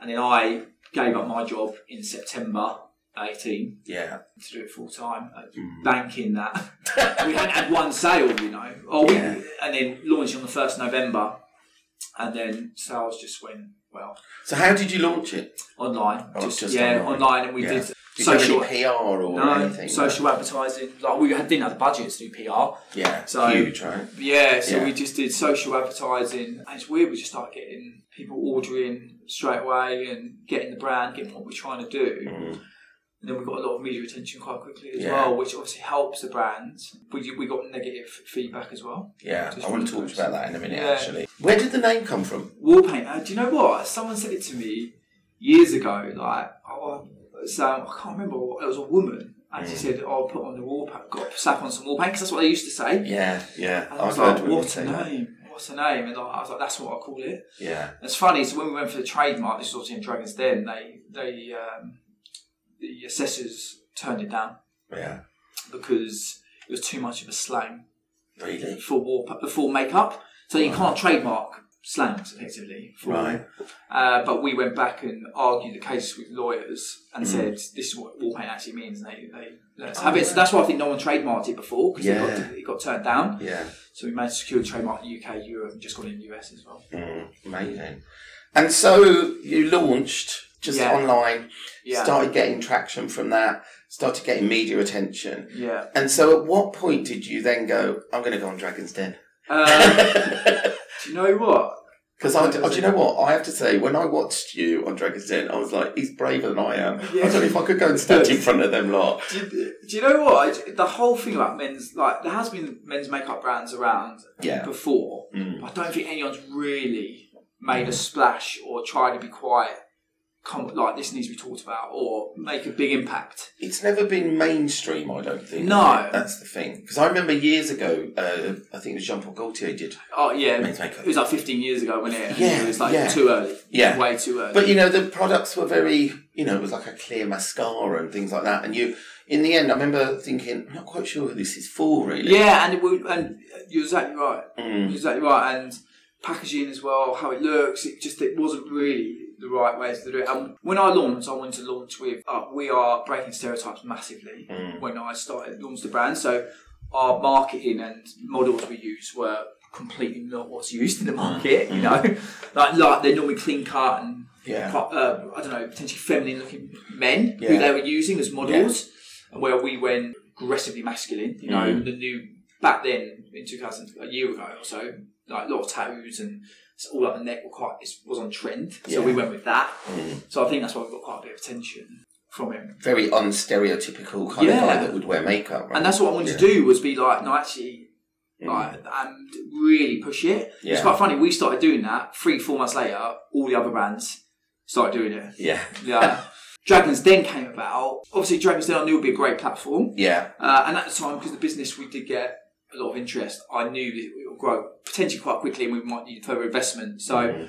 S2: and then I gave up my job in September 18
S3: Yeah.
S2: to do it full time. Uh,
S3: Mm.
S2: Banking that (laughs) we hadn't had one sale, you know. Oh, we,
S3: Yeah.
S2: and then launched on the first November, and then sales just went well
S3: So how did you launch it?
S2: online.
S3: Oh,
S2: just,
S3: just
S2: yeah,
S3: online.
S2: online. and we
S3: Yeah.
S2: did.
S3: Did
S2: social
S3: you have any PR or
S2: no,
S3: anything?
S2: social advertising. Like we had, didn't have the budget to do PR.
S3: Yeah.
S2: So-
S3: Huge, right?
S2: But yeah, so
S3: Yeah.
S2: we just did social advertising. And it's weird. We just started getting people ordering straight away and getting the brand, getting what we're trying to do.
S3: Mm.
S2: And then we got a lot of media attention quite quickly as
S3: Yeah.
S2: well, which obviously helps the brand. We we got negative feedback as well.
S3: Yeah.
S2: Just
S3: I want to
S2: from
S3: talk
S2: the
S3: about that in a minute,
S2: Yeah.
S3: actually. Where did the name come from?
S2: Wall paint. Uh, do you know what? Someone said it to me years ago. Like, oh, so I can't remember. what- It was a woman. And
S3: Mm.
S2: she said, oh, "I'll put on the wall paint. Got slap on some wall paint because that's what they used to say."
S3: Yeah. Yeah.
S2: And I was
S3: I've heard
S2: like,
S3: women
S2: what
S3: say
S2: a
S3: that.
S2: name, what a name. And I I was like, that's what I call it.
S3: Yeah.
S2: And it's funny, so when we went for the trademark, this was obviously in Dragon's Den, they, they um, the assessors turned it down
S3: Yeah.
S2: because it was too much of a slang
S3: Really?
S2: for, war, for makeup. So you
S3: Right.
S2: can't trademark slangs, effectively. For,
S3: Right.
S2: Uh, but we went back and argued the case with lawyers and
S3: Mm.
S2: said, this is what wall paint actually means. And they, they let us have it. So that's why I think no one trademarked it before because it,
S3: Yeah.
S2: got, it got turned down.
S3: Yeah.
S2: So we managed to secure a trademark in the UK, Europe, and just got it in the US as well.
S3: Mm. Amazing. And so you launched just
S2: Yeah.
S3: online,
S2: Yeah.
S3: started getting traction from that, started getting media attention.
S2: Yeah.
S3: And so, at what point did you then go? I'm going to go on Dragon's Den (laughs)
S2: Um,
S3: because
S2: do you know what?
S3: I, oh, do you know what I have to say? When I watched you on Dragon's Den, I was like, he's braver than I am. I don't know if I could go and stand
S2: (laughs)
S3: in front of them lot.
S2: Do you, do you know what? It's- The whole thing about men's, like, there has been men's makeup brands around
S3: Yeah.
S2: before,
S3: Mm.
S2: but I don't think anyone's really made a splash or tried to be quiet. Come, like this needs to be talked about or make a big impact.
S3: It's never been mainstream, I don't think.
S2: No.
S3: has it? that's the thing. Because I remember years ago, uh, I think it was Jean Paul Gaultier did
S2: Oh yeah,
S3: men's makeup.
S2: it was like 15 years ago when it,
S3: Yeah,
S2: it was like
S3: yeah.
S2: too early,
S3: Yeah.
S2: way too early.
S3: But you know, the products were very, you know, it was like a clear mascara and things like that. And you, in the end, I remember thinking, I'm not quite sure who this is for, really.
S2: yeah, and it, would- and you're exactly right.
S3: Mm.
S2: Exactly right, and packaging as well, how it looks. It just it wasn't really the right way to do it. And when I launched, I wanted to launch with uh, we are breaking stereotypes massively.
S3: Mm.
S2: When I started launched the brand, so our marketing and models we use were completely not what's used in the market. You know, (laughs) like like they're normally clean cut and
S3: Mm. Yeah.
S2: quite, uh, I don't know potentially feminine looking men
S3: Yeah.
S2: who they were using as models, and where we went aggressively masculine. You know,
S3: Mm.
S2: the new back then in 2000 a year ago or so like a lot of tattoos and it's all up the neck were quite it was on trend so
S3: Yeah.
S2: we went with that
S3: Mm.
S2: so i think that's why we got quite a bit of attention from him
S3: Very unstereotypical kind of guy
S2: Yeah.
S3: that would wear makeup. Right?
S2: and that's what i wanted to do was be like no actually like and really push it
S3: Mm. Yeah.
S2: it's quite funny we started doing that three four months later all the other brands started doing it
S3: Yeah.
S2: yeah Dragons Den came about. Obviously, Dragons Den I knew would be a great platform.
S3: Yeah.
S2: Uh, and at the time, because the business we did get a lot of interest, I knew that grow potentially quite quickly, and we might need further investment. So
S3: Mm-hmm.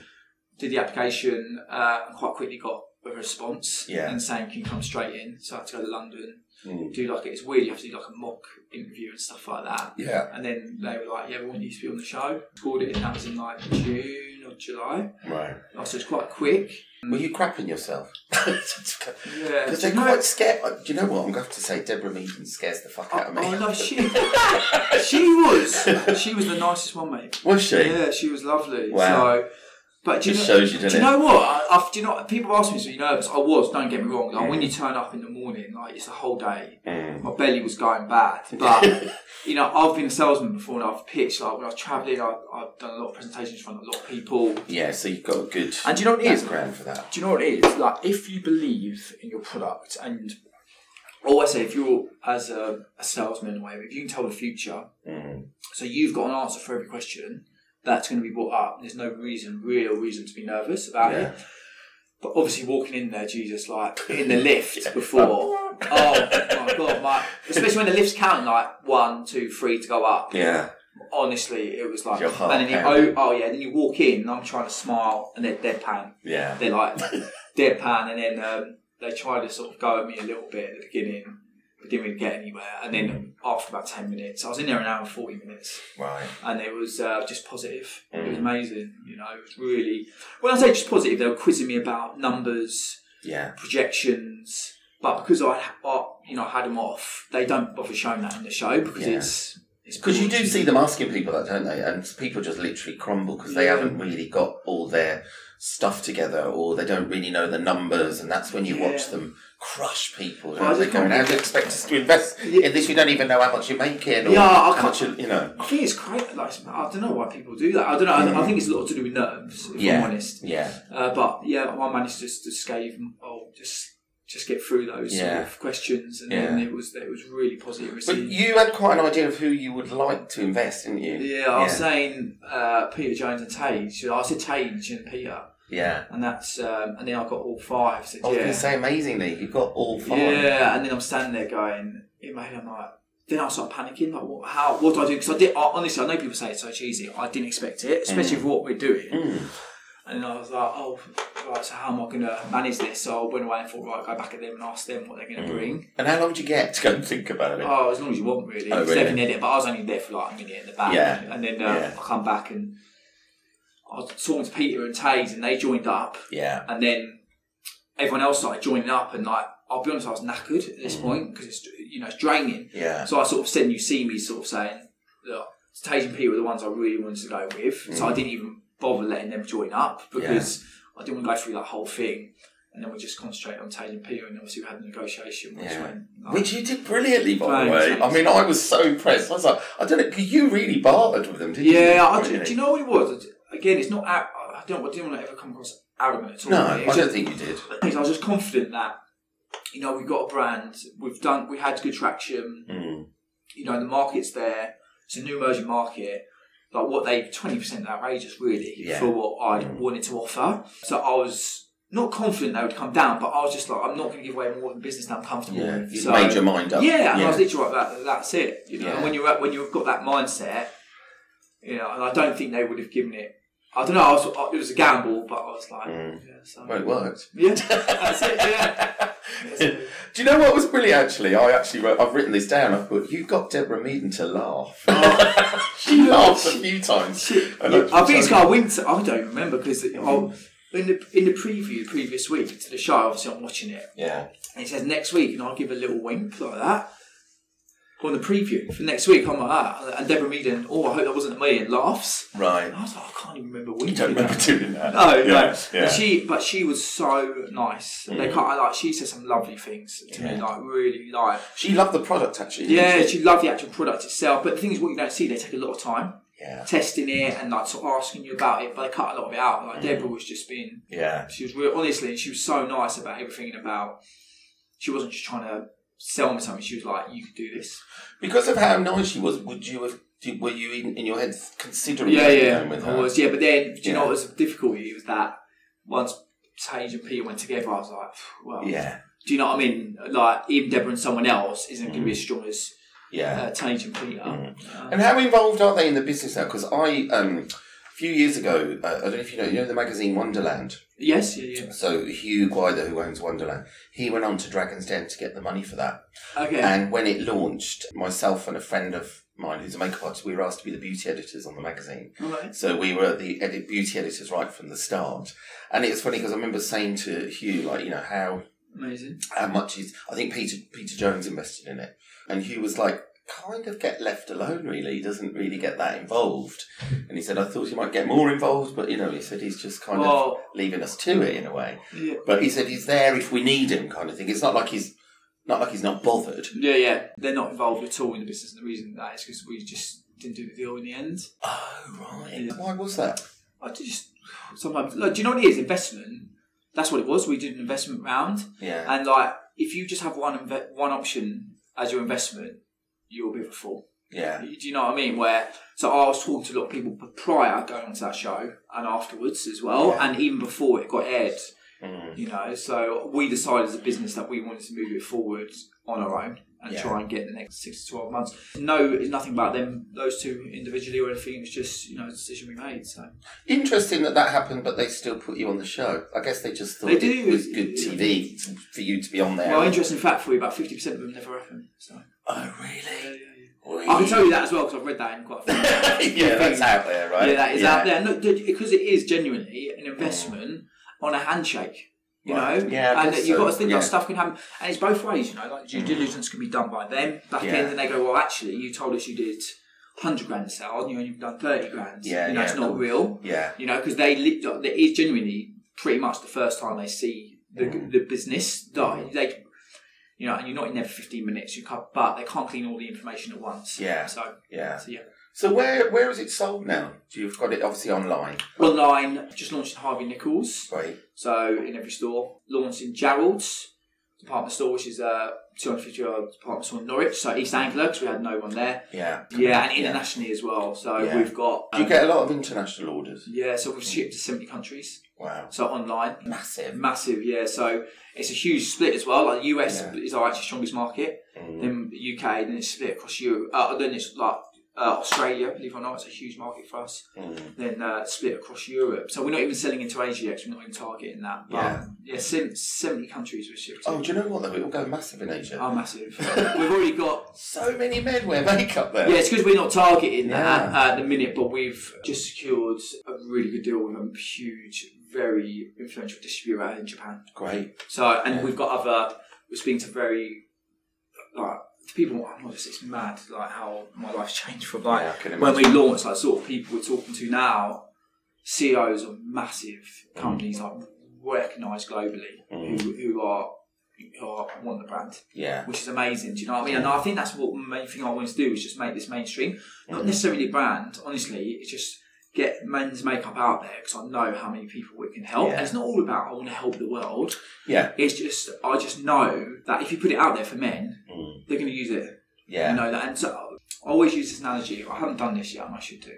S2: did the application uh, and quite quickly got a response
S3: Yeah.
S2: and saying can you come straight in. So I had to go to London,
S3: Mm.
S2: do like it's weird. You have to do like a mock interview and stuff like that.
S3: Yeah.
S2: And then they were like, "Yeah, we want you to be on the show." Scored it, and that was in like June or July.
S3: Right.
S2: Oh, So it's quite quick.
S3: Were you crapping yourself? (laughs) Because
S2: Yeah.
S3: they're
S2: No,
S3: quite scared. uh, Do you know what? I'm going to have to say Deborah Meaton scares the fuck out
S2: Oh,
S3: of me.
S2: oh no,
S3: (laughs)
S2: she she was she was the nicest one, mate.
S3: Was she?
S2: Yeah, she was lovely.
S3: Wow.
S2: So, but do you
S3: Just
S2: know,
S3: shows you,
S2: do
S3: doesn't
S2: you
S3: it?
S2: know what? I, I, do you know people ask me, "So you nervous?" I was. Don't get me wrong. Like when you turn up in the morning, like it's the whole day.
S3: Mm.
S2: My belly was going bad,
S3: (laughs)
S2: but you know I've been a salesman before and I've pitched. Like when I was travelling, I, I've done a lot of presentations in front of a lot of people.
S3: Yeah, so you've got a good
S2: And do you know what it is?
S3: background for that.
S2: Do you know what it is? Like, if you believe in your product, and or I say, if you're as a, a salesman, or whatever, if you can tell the future,
S3: Mm.
S2: so you've got an answer for every question that's going to be brought up. There's no reason, real reason, to be nervous about
S3: Yeah.
S2: it. But obviously, walking in there, Jesus, like in
S3: (laughs)
S2: the lift before, oh my god, my especially when the lift's counting like one, two, three to go up
S3: Yeah.
S2: honestly, it was like,
S3: Your
S2: and
S3: heart
S2: then you, oh,
S3: pounding.
S2: oh yeah, and then you walk in, and I'm trying to smile, and they're deadpan.
S3: Yeah.
S2: They're like deadpan, and then um, they try to sort of go at me a little bit at the beginning. but didn't really get anywhere, and then after about ten minutes, I was in there an hour and forty minutes,
S3: Right.
S2: and it was uh, just positive. It was
S3: Mm.
S2: amazing, you know. It was really when I say just positive, they were quizzing me about numbers,
S3: Yeah.
S2: projections. But because I, I you know, had them off, they don't bother showing that in the show because
S3: Yeah.
S2: it's it's
S3: Because you do see them asking people that, don't they? And people just literally crumble because they
S2: Yeah.
S3: haven't really got all their stuff together or they don't really know the numbers. And that's when you watch
S2: Yeah.
S3: them crush people.
S2: Well, I
S3: Well, they
S2: just
S3: going,
S2: can't-
S3: how do you expect us to invest
S2: Yeah.
S3: in this? You don't even know how much you're making or
S2: Yeah, I
S3: how
S2: can't-
S3: much you, you know.
S2: I think it's crazy. Like, I don't know why people do that. I don't know. I, I think it's a lot to do with nerves, if
S3: Yeah.
S2: I'm honest.
S3: Yeah.
S2: Uh, but yeah, I managed to, to scave. Oh, just just get through those
S3: Yeah.
S2: sort of questions, and then
S3: Yeah.
S2: it was it was really positive.
S3: But
S2: received.
S3: you had quite an idea of who you would like to invest, didn't you?
S2: yeah, I was saying uh, Peter Jones and Tage. I said Tage and Peter,
S3: Yeah.
S2: and that's um, and then I got all five. I said,
S3: I was going
S2: yeah,
S3: to say, amazingly, you got all five.
S2: yeah, and then I'm standing there going, in my head, I'm like. Then I start panicking, like, what, how, what do I do? Because I did, I, honestly, I know people say it's so cheesy. I didn't expect it, especially with what we're doing.
S3: Mm.
S2: And I was like, oh, right, so how am I going to manage this? So I went away and thought, right, go back at them and ask them what they're
S3: Mm.
S2: going to bring.
S3: And how long did you get to go and think about it?
S2: Oh, as long as you want, really.
S3: Oh,
S2: Because
S3: really?
S2: they can edit, but I was only there for like a minute in the back.
S3: Yeah.
S2: And then uh,
S3: Yeah.
S2: I come back and I was talking to Peter and Taze and they joined up.
S3: Yeah.
S2: And then everyone else started joining up. And like, I'll be honest, I was knackered at this point because it's, you know, it's draining.
S3: Mm. Yeah.
S2: So I sort of said, and you see me sort of saying, look, Tage and Pete were the ones I really wanted to go with. So
S3: Mm.
S2: I didn't even bother letting them join up because I didn't want to go through that whole thing. And then we just concentrate on Tage and Peter, and obviously we had a negotiation, which
S3: Yeah.
S2: went. like-
S3: Which you did brilliantly, by the
S2: Thanks,
S3: way. I
S2: thanks.
S3: mean, I was so impressed. I was like, I don't know, you really bartered with them, didn't you?
S2: yeah, I, do,
S3: Really?
S2: do you know what it was? Again, it's not. ar- I don't. I didn't want to ever come across arrogant at all.
S3: No,
S2: It
S3: I
S2: was
S3: don't think you did.
S2: just- I was just confident that you know we've got a brand, we've done, we had good traction.
S3: Mm.
S2: you know, the market's there. It's a new emerging market. Like what they twenty percent outrageous really
S3: Yeah. Hmm.
S2: for what I wanted to offer. So I was not confident they would come down, but I was just like, I'm not going to give away more than business that I'm comfortable
S3: Yeah,
S2: with.
S3: you
S2: So,
S3: made your mind up.
S2: yeah, and I was literally like, that, that's it. You know,
S3: Yeah.
S2: and when you're at, when you've got that mindset, you know, and I don't think they would have given it. I don't know. I was, I, it was a gamble, but I was like,
S3: Mm.
S2: yeah, so,
S3: Well, it worked.
S2: yeah, that's it.
S3: (laughs)
S2: Yeah.
S3: Do you know what was brilliant? Actually, I actually wrote, I've written this down. I've put you got Deborah Meaden to laugh.
S2: Oh,
S3: (laughs) she laughed a few times. And
S2: Yeah, I think it's
S3: so-
S2: called Winter. I don't remember because in the in the preview previous week to the show, obviously I'm watching it.
S3: Yeah,
S2: And it says next week, and I'll give a little wink like that on the preview for next week. I'm like that, and Deborah Meaden. Oh, I hope that wasn't me, and laughs.
S3: right.
S2: And I was like, I can't even remember
S3: You
S2: winking.
S3: don't
S2: (laughs)
S3: remember (laughs) doing that.
S2: No,
S3: yeah,
S2: no.
S3: Yeah. Mm.
S2: But she, but she was so nice. They can't, I like, she said some lovely things to me,
S3: Yeah.
S2: like really, like,
S3: She loved the product actually. didn't
S2: yeah,
S3: she?
S2: she loved the actual product itself. But the thing is, what you don't see, they take a lot of time
S3: yeah,
S2: testing it and like sort of asking you about it, but they cut a lot of it out. Like Deborah was just being,
S3: yeah,
S2: she was real, honestly, she was so nice about everything and about. She wasn't just trying to sell me something. She was like, "You could do this."
S3: because of how nice she was. Would you have? Did, were you in, in your head considering?
S2: Yeah,
S3: going
S2: yeah,
S3: With
S2: I
S3: her?
S2: was. Yeah, but then do you know
S3: Yeah.
S2: what was the difficulty? Was that once Tage and Peter went together, I was like, "Well,
S3: Yeah,
S2: do you know what I mean? Like even Deborah and someone else isn't going to be as strong as
S3: Yeah.
S2: uh, Tage and Peter. Uh,
S3: And how involved are they in the business now? Because I, um, a few years ago, uh, I don't know if you know, you know the magazine Wonderland.
S2: yes, yeah,
S3: So Hugh Guider, who owns Wonderland, he went on to Dragon's Den to get the money for that.
S2: yeah. Okay.
S3: And when it launched, myself and a friend of mine who's a makeup artist, we were asked to be the beauty editors on the magazine.
S2: All right.
S3: So we were the edit beauty editors right from the start. And it's funny because I remember saying to Hugh, like, you know, how
S2: Amazing.
S3: how much is I think Peter Peter Jones invested in it, and Hugh was like kind of get left alone really he doesn't really get that involved and he said i thought he might get more involved but you know he said he's just kind of
S2: Well-
S3: leaving us to it in a way
S2: Yeah.
S3: but he said he's there if we need him kind of thing it's not like he's not like he's not bothered
S2: Yeah, yeah. They're not involved at all in the business. And the reason that is because we just didn't do the deal in the end.
S3: oh right
S2: Yeah.
S3: why was that
S2: I just sometimes like, do you know what it is? Investment. That's what it was. We did an investment round,
S3: yeah
S2: and like if you just have one inve- one option as your investment, you're a bit of a fool.
S3: yeah
S2: Do you know what I mean? Where so I was talking to a lot of people prior going onto that show and afterwards as well,
S3: Yeah.
S2: and even before it got aired.
S3: Mm.
S2: You know, so we decided as a business that we wanted to move it forward on our own and
S3: Yeah.
S2: try and get the next six to twelve months. No, it's nothing about them, those two individually or anything. It was just you know a decision we made. So
S3: interesting that that happened but they still put you on the show i guess they just thought
S2: They
S3: it
S2: do.
S3: was good tv for you to be on there
S2: Well, interesting fact for you, about 50% of them never happen. So.
S3: oh
S2: Yeah, yeah,
S3: really
S2: yeah. I can tell you that as well because I've read that in quite a few.
S3: (laughs) yeah, that's out there, right?
S2: yeah, that is out there. No, because it is genuinely an investment on a handshake. You
S3: Right.
S2: know,
S3: Yeah, I
S2: and
S3: guess
S2: you've got to
S3: so,
S2: think
S3: yeah. Mm.
S2: that stuff can happen, and it's both ways. You know, like due diligence can be done by them back
S3: Yeah.
S2: end, and they go, "Well, actually, you told us you did hundred grand to sell, and you only done thirty grand.
S3: Yeah,
S2: you know,
S3: yeah,
S2: it's
S3: of
S2: not
S3: course.
S2: real.
S3: Yeah,
S2: You know, because they li- it is genuinely pretty much the first time they see the,
S3: Mm.
S2: the business die. They, you know, and you're not in there for 15 minutes. You can't, but they can't clean all the information at once.
S3: Yeah.
S2: So,
S3: yeah.
S2: so yeah.
S3: So where where is it sold now? So You've got it obviously online,
S2: Online just launched in Harvey Nichols,
S3: right?
S2: so in every store. Launched in Gerald's department store, which is uh, a 250 year old department store in Norwich, so East Anglia, because we had no one there.
S3: Yeah.
S2: Yeah, and internationally as well. So
S3: Yeah.
S2: we've got.
S3: Do you
S2: um,
S3: get a lot of international orders?
S2: yeah, so we've shipped to 70 countries.
S3: Wow,
S2: So online.
S3: massive.
S2: Massive, yeah. So it's a huge split as well. Like the US
S3: Yeah.
S2: is our actually strongest market,
S3: Mm.
S2: then the UK, then it's split across Europe. Uh, then it's like uh, Australia, believe it or not, it's a huge market for us.
S3: Mm.
S2: Then uh, split across Europe. So we're not even selling into Asia yet. 'cause we're not even targeting that. But, um,
S3: Yeah.
S2: yeah, sem- seventy countries we're shipped to.
S3: Oh, do you know what though? It will go massive in Asia.
S2: Are massive. we've already got.
S3: so many men wear makeup there.
S2: Yeah, it's because we're not targeting that
S3: Yeah.
S2: uh, at the minute, but we've just secured a really good deal with a huge, very influential distributor in Japan.
S3: Great.
S2: So, and
S3: Yeah.
S2: we've got other. We're speaking to very like people. I'm honest, it's mad like how my life's changed from like
S3: Yeah, I can
S2: when we launched. Like sort of people we're talking to now, CEOs of massive
S3: Mm.
S2: companies like recognised globally who, who are who are want the brand,
S3: Yeah.
S2: which is amazing. Do you know what I mean? And I think that's what the main thing I wanted to do is just make this mainstream,
S3: Mm.
S2: not necessarily the brand. Honestly, it's just. Get men's makeup out there because I know how many people it can help,
S3: Yeah.
S2: and it's not all about I want to help the world.
S3: Yeah.
S2: It's just I just know that if you put it out there for men,
S3: Mm.
S2: they're going to use it.
S3: Yeah.
S2: You know that, and so I always use this analogy. I haven't done this yet, and I should do.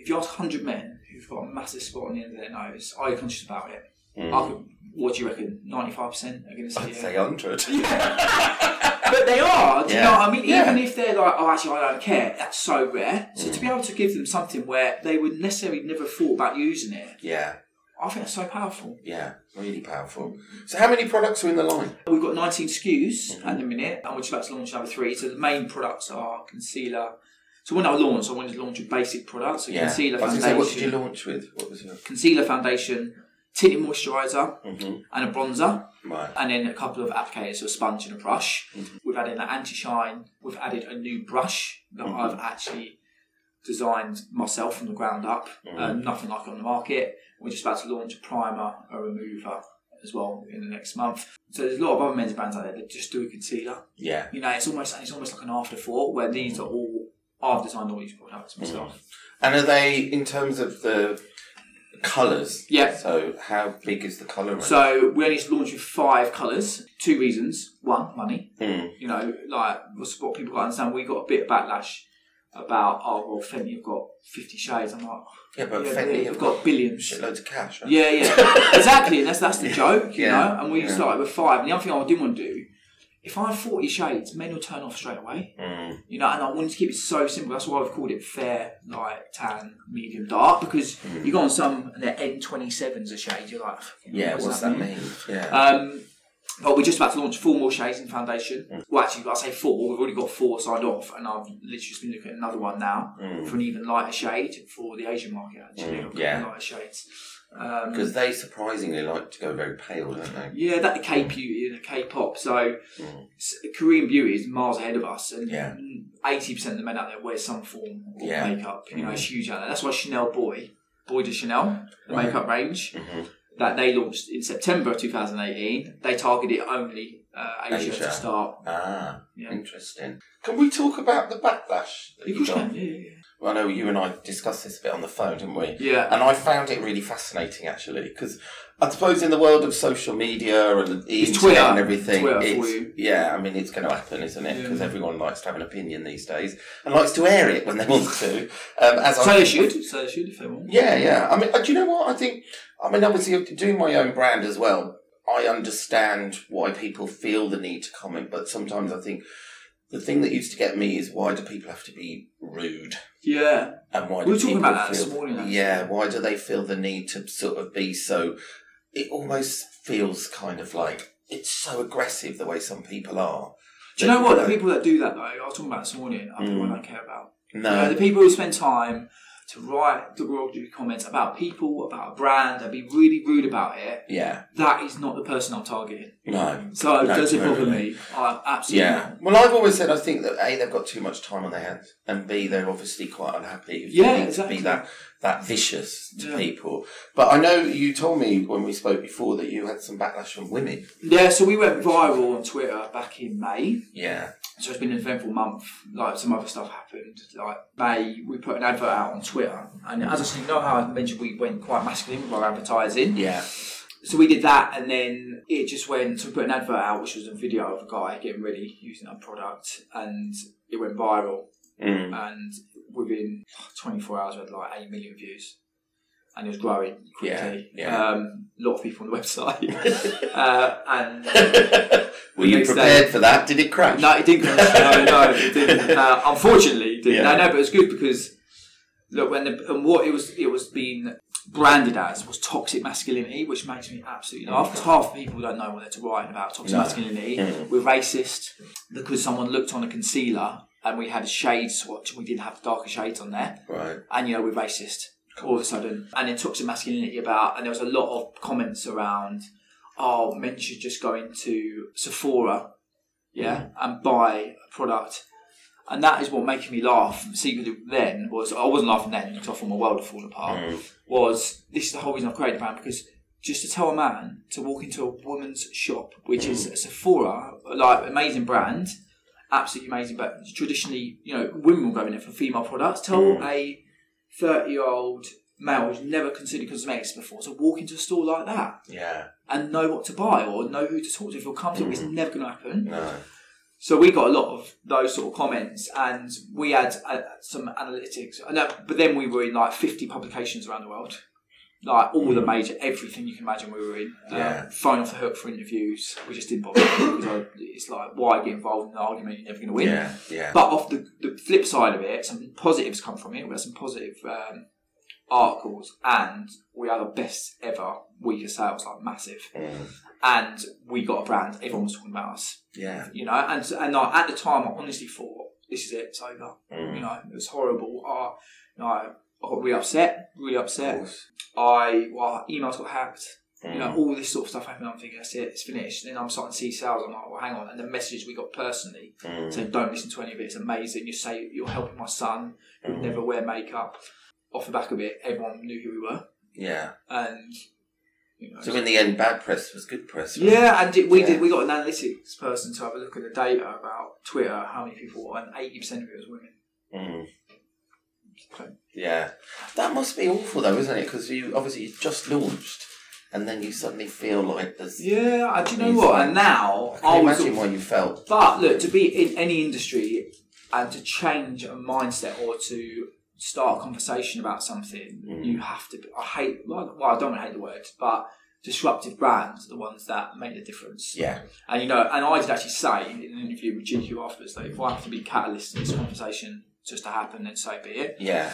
S2: If you ask hundred men who've got a massive spot on the end of their nose, are you conscious about it? I
S3: Mm.
S2: could, what do you reckon? Ninety-five percent are going to say
S3: I'd say
S2: (laughs) yeah.
S3: hundred.
S2: But they are. Do you know
S3: Yeah.
S2: what I mean?
S3: Yeah.
S2: Even if they're like, oh, actually, I don't care. That's so rare. So
S3: Mm.
S2: to be able to give them something where they would necessarily never thought about using it,
S3: Yeah.
S2: I think that's so powerful.
S3: Yeah. Really powerful. So how many products are in the line?
S2: We've got 19 SKUs
S3: Mm-hmm.
S2: at the minute, and we're just about to launch another three. So the main products are concealer. So when I launch, I wanted to launch a basic product. So
S3: Yeah.
S2: concealer,
S3: I was
S2: foundation,
S3: gonna say, what did you launch with? What was your?
S2: concealer, foundation, tinted moisturizer,
S3: Mhm.
S2: and a bronzer,
S3: Right.
S2: and then a couple of applicators, so a sponge and a brush. We've added an anti shine. We've added a new brush that I've actually designed myself from the ground up. Uh, nothing like it on the market. We're just about to launch a primer, a remover as well in the next month. So there's a lot of other men's brands out there that just do a concealer.
S3: Yeah.
S2: You know, it's almost it's almost like an afterthought where these are all I've designed all these products myself.
S3: And are they in terms of the colours?
S2: Yeah.
S3: So how big is the colour range?
S2: So we only launched with five colours. Two reasons: one, money.
S3: Mm.
S2: You know, like what's what people got to understand. We got a bit of backlash about oh well, Fenty have got Fifty Shades. I'm like,
S3: Yeah, but
S2: yeah,
S3: Fendi
S2: Fenty
S3: have
S2: have
S3: got
S2: got billions.
S3: shit loads of cash. Right? (laughs)
S2: Yeah, yeah, exactly. And that's that's the joke, you
S3: Yeah.
S2: know. And we
S3: Yeah.
S2: started with five. And the other thing I didn't want to do if I'm 40 shades, men will turn off straight away.
S3: Mm.
S2: You know, and I wanted to keep it so simple. That's why I've called it fair, light, tan, medium, dark. Because
S3: Hmm.
S2: you go on some and they're N27s a shade. You're like,
S3: Yeah, what's that mean? Yeah.
S2: Um, but we're just about to launch four more shades in foundation.
S3: Mm.
S2: Well, actually, I say four. We've already got four signed off, and I've literally just been looking at another one now for an even lighter shade for the Asian market. Actually,
S3: Mm,
S2: I've got
S3: yeah.
S2: lighter shades. Um,
S3: Because they surprisingly like to go very pale, don't they?
S2: yeah, that the K beauty and the K pop. So s Korean beauty is miles ahead of us, and
S3: Mm.
S2: mm,
S3: Yeah.
S2: eighty percent of the men out there wear some form of
S3: Yeah.
S2: makeup. You know,
S3: Mhm.
S2: it's huge out there. That's why Chanel Boy, Boy de Chanel, the
S3: Right.
S2: makeup range
S3: Mhm.
S2: that they launched in September 2018, they targeted only uh, Asia,
S3: Asia.
S2: to start.
S3: Ah,
S2: Yeah.
S3: interesting. Can we talk about the backlash? That
S2: Of
S3: you
S2: course you
S3: got?
S2: can, yeah, yeah,
S3: I know you and I discussed this a bit on the phone, didn't we?
S2: yeah.
S3: And I found it really fascinating, actually, because I suppose in the world of social media and the
S2: It's
S3: internet
S2: Twitter.
S3: and everything,
S2: Twitter for
S3: it's,
S2: you.
S3: yeah, I mean, it's going to happen, isn't it?
S2: Yeah.
S3: Because everyone likes to have an opinion these days and likes to air it when they want to. Um, as
S2: Yeah. So
S3: I,
S2: they should. So they should if they want.
S3: Yeah, yeah. I mean, uh, do you know what? I think, I mean, obviously, doing my own brand as well, I understand why people feel the need to comment, but sometimes I think the thing that used to get me is why do people have to be rude?
S2: Yeah.
S3: And why
S2: We
S3: do
S2: were talking
S3: people
S2: about that
S3: feel,
S2: this morning, actually.
S3: Yeah, why do they feel the need to sort of be so? It almost feels kind of like it's so aggressive the way some people are.
S2: Do you know what? The
S3: That-
S2: people that do that, though, I was talking about this morning, are people I don't care about.
S3: No,
S2: You know, the people who spend time to write derogatory comments about people, about a brand, and be really rude about it,
S3: yeah,
S2: that is not the person I'm targeting.
S3: no.
S2: So
S3: No,
S2: Mm. does it bother
S3: totally.
S2: me? I absolutely
S3: Yeah. Well, I've always said I think that a they've got too much time on their hands, and b they're obviously quite unhappy. if they
S2: Yeah,
S3: need To
S2: exactly.
S3: be that that vicious to
S2: Yeah.
S3: people. But I know you told me when we spoke before that you had some backlash from women.
S2: Yeah, so we went viral on Twitter back in May.
S3: Yeah.
S2: So it's been an eventful month. Like some other stuff happened. Like May, we put an advert out on Twitter, and as I said, you know how I mentioned we went quite masculine with our advertising.
S3: Yeah.
S2: So we did that, and then it just went. So we put an advert out, which was a video of a guy getting ready using our product, and it went viral. (laughs)
S3: Mm.
S2: And within 24 hours, we had like 8 million views, and it was growing quickly.
S3: Yeah, yeah.
S2: Um, a lot of people on the (laughs) website, (laughs) uh, and
S3: Were you
S2: Next day-
S3: prepared for that? Did it crash?
S2: No, it didn't crash. No, no, it
S3: (laughs)
S2: didn't. Uh, unfortunately, it didn't.
S3: Yeah.
S2: No, no, but it's good because look, when the, and what it was, it was being branded as was toxic masculinity, which makes me absolutely laugh because half the people don't know what they're writing about toxic
S3: No.
S2: masculinity.
S3: Mm.
S2: We're racist because someone looked on a concealer and we had a shade swatch and we didn't have darker shades on there
S3: Right.
S2: and you know we're racist all of a sudden and then toxic masculinity about and there was a lot of comments around oh men should just go into sephora yeah and buy a product and that is what making me laugh secretly then was i wasn't laughing then because i thought my world had fallen apart was this is the whole reason i've created the brand because just to tell a man to walk into a woman's shop which is a sephora like amazing brand absolutely amazing but traditionally you know women will go in there for female products tell a 30 year old male who's never considered cosmetics before to walk into a store like that
S3: Yeah.
S2: and know what to buy or know who to talk to feel comfortable
S3: Mm.
S2: It's never going to happen.
S3: No.
S2: So we got a lot of those sort of comments and we had uh, some analytics. And that, but then we were in like 50 publications around the world. Like all the major, everything you can imagine, we were in. Um,
S3: Mm. Yeah.
S2: Phone off the hook for interviews. We just didn't bother because I, it's like, why get involved in an argument you're never going to win?
S3: Yeah. Yeah.
S2: But off the, the flip side of it, some positives come from it. We had some positive um, articles, and we had our best ever week of sales, like massive.
S3: Mm.
S2: And we got a brand. Everyone was talking about us,
S3: Yeah.
S2: you know. And and I, at the time, I honestly thought this is it. It's over. You
S3: Mm.
S2: know, it was horrible. I, you know, I got really upset. Really
S3: Of
S2: upset.
S3: course.
S2: I well, emails got hacked. You know,
S3: Mm.
S2: all this sort of stuff happened. I'm thinking that's it. It's finished. And then I'm starting to see sales. I'm like, well, hang on. And the messages we got personally
S3: Mm.
S2: so don't listen to any of it. It's amazing. You say you're helping my son who
S3: Mm.
S2: would never wear makeup. Off the back of it, everyone knew who we were,
S3: Yeah.
S2: and you know,
S3: So in the end, bad press was good press. wasn't it?
S2: yeah, and it, we
S3: Yeah.
S2: did. We got an analytics person to have a look at the data about Twitter, how many people, and eighty percent of it was women.
S3: Mm.
S2: So-
S3: Yeah, that must be awful though, isn't it? Because you obviously you just launched, and then you suddenly feel like there's.
S2: Yeah, I- do you know what? And
S3: I
S2: now I
S3: can
S2: was.
S3: imagine why you felt.
S2: But look, to be in any industry and to change a mindset or to start a conversation about something,
S3: Mm.
S2: you have to. I hate. Well, I don't want to hate the word, but disruptive brands are the ones that make the difference.
S3: Yeah.
S2: And you know, and I did actually say in an interview with GQ afterwards that if I have to be catalyst in this conversation just to happen, then so be it.
S3: Yeah.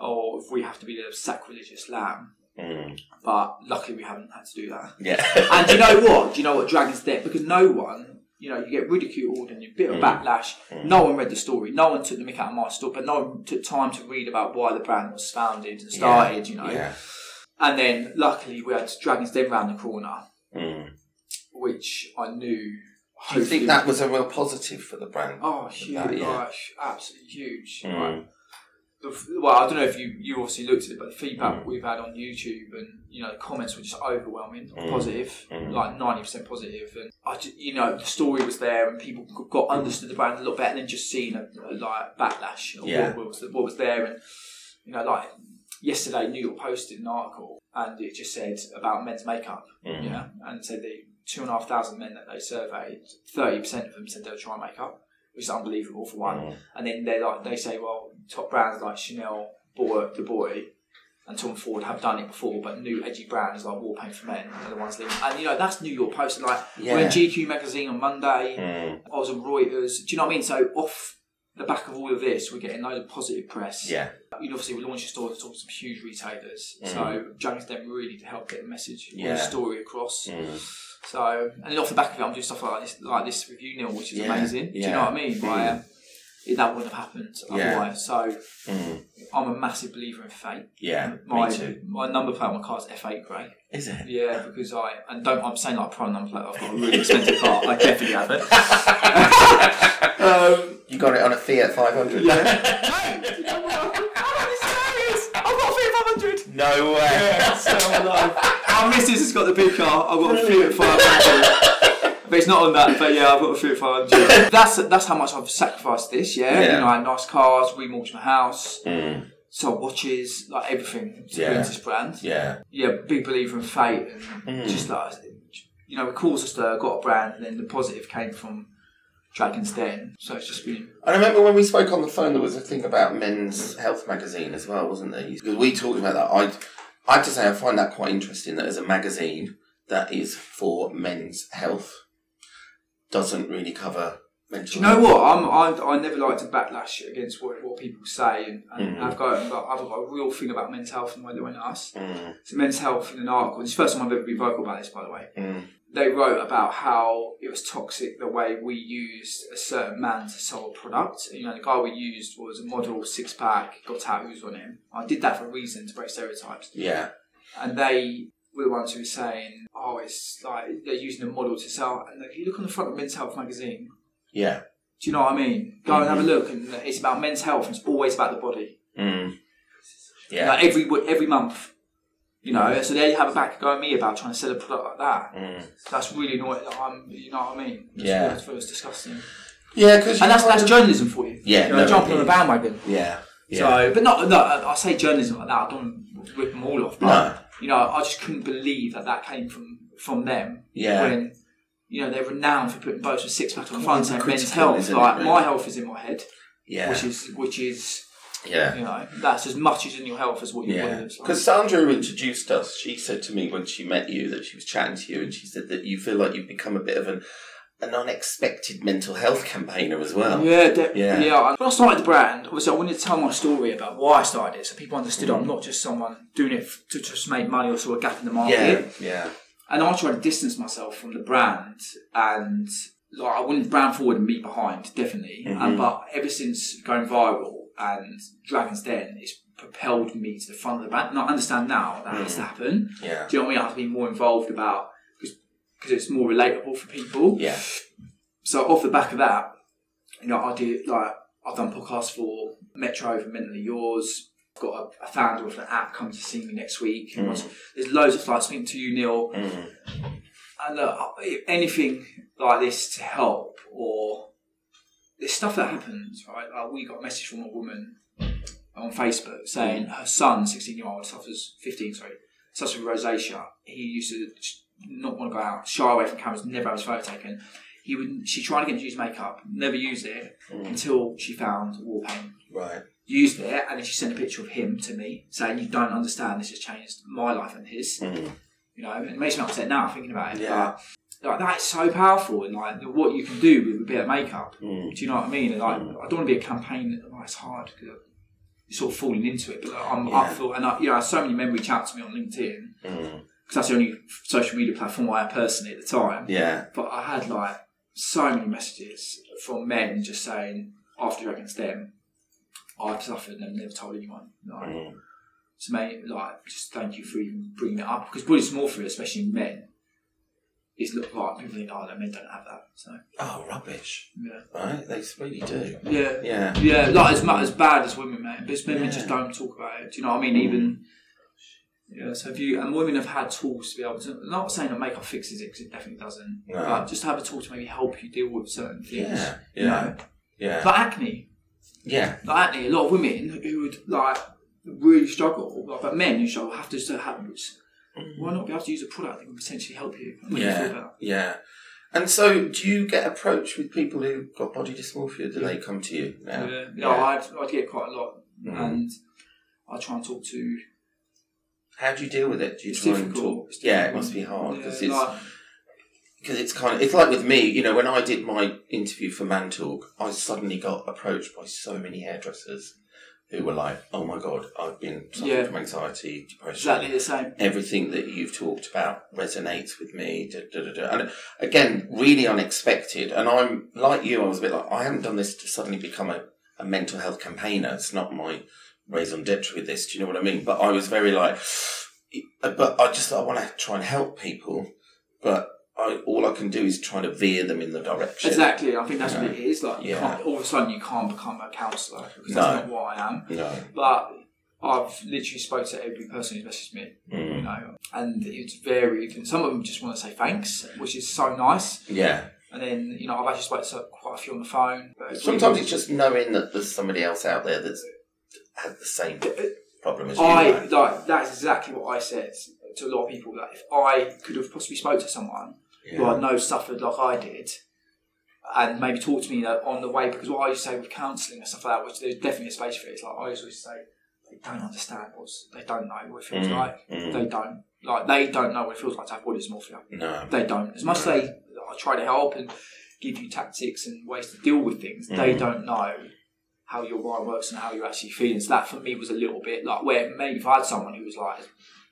S2: Or if we have to be the sacrilegious lamb.
S3: Mm.
S2: But luckily, we haven't had to do that.
S3: (laughs) Yeah.
S2: And do you know what? Do you know what Dragon's Dead? Because no one, you know, you get ridiculed and a bit of
S3: Mm.
S2: backlash. No one read the story. No one took the mick out of my story, but no one took time to read about why the brand was founded and started, you know.
S3: Yeah.
S2: And then luckily we had Dragon's Den round the corner,
S3: Mm.
S2: which I knew.
S3: Do you think that was a real positive for the brand?
S2: Oh, huge!
S3: That, yeah.
S2: like, absolutely huge.
S3: Mm.
S2: The f- well, I don't know if you you obviously looked at it, but the feedback
S3: Hmm.
S2: we've had on YouTube and you know the comments were just overwhelming,
S3: Hmm.
S2: positive, like ninety percent positive, and I ju- you know the story was there and people g- got understood the brand a lot better, and then just seeing a, a like backlash of
S3: Yeah.
S2: what, what was what was there, and you know like yesterday New York posted an article and it just said about men's makeup,
S3: Mm.
S2: yeah, and said the two and a half thousand men that they surveyed, thirty percent of them said they'll try makeup, which is unbelievable for one.
S3: Mm.
S2: And then they like they say, well, top brands like Chanel, Boy, the Boy, and Tom Ford have done it before, but new edgy brands like War Paint for Men are the ones leaving. And you know that's New York Post. Like we're
S3: Yeah.
S2: in GQ magazine on Monday.
S3: Mm.
S2: I was on Reuters. Do you know what I mean? So off the back of all of this, we're getting loads of positive press.
S3: Yeah.
S2: You know, obviously we launched a store to talk to some huge retailers. So Jones then really to help get the message, or
S3: Mm. Yeah.
S2: the story across.
S3: Mm.
S2: So, and then off the back of it, I'm doing stuff like this, like this with you, Neil, which is
S3: Yeah,
S2: amazing. Do you
S3: yeah. Mm.
S2: know what I mean? Like, um, it- that wouldn't have happened
S3: Yeah.
S2: otherwise. So,
S3: Mm.
S2: I'm a massive believer in fate.
S3: Yeah.
S2: My
S3: Me too.
S2: my number plate on my car is F8 grey.
S3: Is it?
S2: Yeah, because I and don't I'm saying like a prime number plate. I've got a really expensive car. I definitely haven't.
S3: (laughs)
S2: (laughs) um,
S3: You got it on a Fiat 500.
S2: yeah. no, you know what? I'm serious. I've got a Fiat 500.
S3: No way.
S2: Our missus has got the big car. I've got a Fiat 500. But it's not on that, but yeah, I've got a Fiat 500. That's that's how much I've sacrificed this, yeah.
S3: Yeah.
S2: You know, I had nice cars, remortgaged my house,
S3: Mm.
S2: sold watches, like everything to
S3: Yeah.
S2: build this brand.
S3: Yeah.
S2: Yeah, big believer in fate and
S3: Mm.
S2: just like, you know, it caused us to got a brand and then the positive came from Dragon's Den. So it's just been,
S3: I remember when we spoke on the phone, there was a thing about Men's Health magazine as well, wasn't there? Because we talked about that. I, I have to say, I find that quite interesting that as a magazine that is for men's health doesn't really cover mental.
S2: do you know what? I'm, I, I never like to backlash against what, what people say and, and
S3: Mhm.
S2: I've, got, but I've got a real thing about men's health and the way they went at us.
S3: Mm,
S2: So men's health in an article. It's the first time I've ever been vocal about this, by the way.
S3: mm,
S2: They wrote about how it was toxic the way we used a certain man to sell a product. You know, the guy we used was a model, six pack, got tattoos on him. I did that for a reason to break stereotypes.
S3: yeah.
S2: And they were the ones who were saying, "Oh, it's like they're using a model to sell." And if you look on the front of Men's Health magazine,
S3: Yeah.
S2: do you know what I mean? Go and have a look, and it's about men's health, and it's always about the body.
S3: Mm.
S2: You know,
S3: Yeah.
S2: every w- every month. You know, so there you have a back go at me about trying to sell a product like that.
S3: Mm.
S2: That's really annoying. Like, I'm, you know what I mean? That's
S3: Yeah.
S2: what I feel is disgusting.
S3: Yeah, because
S2: And that's that's journalism for you.
S3: Yeah,
S2: you know,
S3: no,
S2: jumping on
S3: it
S2: a
S3: is.
S2: bandwagon.
S3: yeah. Yeah.
S2: So, but not no, I I say journalism like that. I don't rip them all off. But
S3: No.
S2: you know, I just couldn't believe that that came from from them.
S3: Yeah.
S2: When you know they're renowned for putting boats with six pack on the front and men's
S3: critical,
S2: health.
S3: isn't it,
S2: Like
S3: really?
S2: my health is in my head,
S3: yeah.
S2: which is which is
S3: yeah.
S2: you know that's as much as in your health as what your body
S3: Yeah,
S2: looks like.
S3: because Sandra, who introduced us, she said to me when she met you that she was chatting to you, and she said that you feel like you've become a bit of an an unexpected mental health campaigner as well.
S2: Yeah, de-
S3: Yeah.
S2: yeah. When I started the brand, obviously I wanted to tell my story about why I started it, so people understood
S3: Mm-hmm.
S2: I'm not just someone doing it f- to just make money or saw a gap in the market.
S3: yeah, yeah,
S2: And I tried to distance myself from the brand, and like I wanted the brand forward and me behind, definitely.
S3: Mm-hmm.
S2: And, but ever since going viral and Dragon's Den, it's propelled me to the front of the brand. And I understand now that has to happen.
S3: Mm-hmm. yeah,
S2: Do you know what I mean? I have to be more involved about because it's more relatable for people
S3: yeah,
S2: so off the back of that, you know, I do like I've done podcasts for Metro for Mentally Yours. I've got a, a founder of an app come to see me next week. And what's- There's loads of like speaking to you, Neil,
S3: mm,
S2: and look, I- anything like this to help or there's stuff that happens, right? Like we got a message from a woman on Facebook saying her son, 16 year old, suffers 15, sorry, suffers from rosacea. He used to sh- not want to go out, shy away from cameras, never have his photo taken. He would. She tried to get him to use makeup, never used it
S3: Mm.
S2: until she found wall paint
S3: right,
S2: used it, and then she sent a picture of him to me saying, "You don't understand. This has changed my life and his." You know, it makes me upset now thinking about
S3: Mm.
S2: it.
S3: Yeah.
S2: But, like that's so powerful, and like what you can do with a bit of makeup.
S3: Mm.
S2: Do you know what I mean? And like, I don't want to be a campaign. Like, it's hard because you're sort of falling into it. But like, I'm
S3: Yeah.
S2: up for, and I, you know, so many men reach out to me on LinkedIn
S3: Mm.
S2: because that's the only social media platform I had personally at the time.
S3: Yeah.
S2: But I had like so many messages from men just saying, after Dragon's Den, I've suffered and I've never told anyone. Like,
S3: Mm.
S2: So, mate, like, just thank you for even bringing it up because body dysmorphia, especially in men, is looked like people think, oh, no, men don't have that. So,
S3: Oh, rubbish.
S2: yeah.
S3: Right? They really do.
S2: Yeah.
S3: Yeah.
S2: Yeah, like as mu- as bad as women, mate. But women
S3: Yeah. Mm.
S2: just don't talk about it. Do you know what I mean? Even yeah. So if you and women have had tools to be able to. Not saying that makeup fixes it because it definitely doesn't.
S3: No.
S2: But just have a tool to maybe help you deal with certain things.
S3: Yeah.
S2: You
S3: Yeah.
S2: know?
S3: Yeah.
S2: Like acne,
S3: Yeah.
S2: like acne. A lot of women who would like really struggle, like, but men who struggle have to still have. Why not be able to use a product that can potentially help you? and make you feel
S3: Mm. Yeah.
S2: better?
S3: Yeah. And so, do you get approached with people who've got body dysmorphia? Do they come to you?
S2: Yeah,
S3: now?
S2: yeah. I'd, I'd get quite a lot,
S3: Mhm.
S2: and I try and talk to
S3: How do you deal with it? Do you
S2: It's
S3: try and
S2: difficult.
S3: talk?
S2: It's
S3: yeah, it
S2: difficult.
S3: must be hard because
S2: Yeah,
S3: Oh, it's
S2: like-
S3: because it's kind of it's like with me. You know, when I did my interview for Man Talk, I suddenly got approached by so many hairdressers who were like, "Oh my god, I've been suffering
S2: Yeah.
S3: from anxiety, depression,
S2: exactly the same.
S3: everything that you've talked about resonates with me. Da, da, da, da. And again, really unexpected. And I'm like you, I was a bit like, I haven't done this to suddenly become a, a mental health campaigner. It's not my raison d'etre with this. Do you know what I mean? But I was very like, but I just, I want to try and help people, but I, all I can do is try to veer them in the direction.
S2: Exactly, I think that's what
S3: Yeah.
S2: it is. Like, you
S3: Yeah.
S2: can't, all of a sudden, you can't become a counsellor because
S3: No.
S2: that's not what I am.
S3: No.
S2: But I've literally spoke to every person who's messaged me, you
S3: Mm.
S2: know, and it's varied. And some of them just want to say thanks, which is so nice.
S3: Yeah.
S2: And then, you know, I've actually spoken to quite a few on the phone. But
S3: Sometimes it's just knowing that there's somebody else out there that's had the same problem as you.
S2: I
S3: right?
S2: like that's exactly what I said to a lot of people. That if I could have possibly spoke to someone who I know suffered like I did, and maybe talk to me you know, on the way. Because what I used to say with counselling and stuff like that, which there's definitely a space for it. It's like I always used to say, they don't understand what's, they don't know what it feels
S3: Mm,
S2: like.
S3: mm.
S2: They don't like they don't know what it feels like to have body dysmorphia.
S3: No.
S2: They don't. As much as they I try to help and give you tactics and ways to deal with things, they
S3: Mm.
S2: don't know how your mind works and how you're actually feeling. So that for me was a little bit like where maybe if I had someone who was like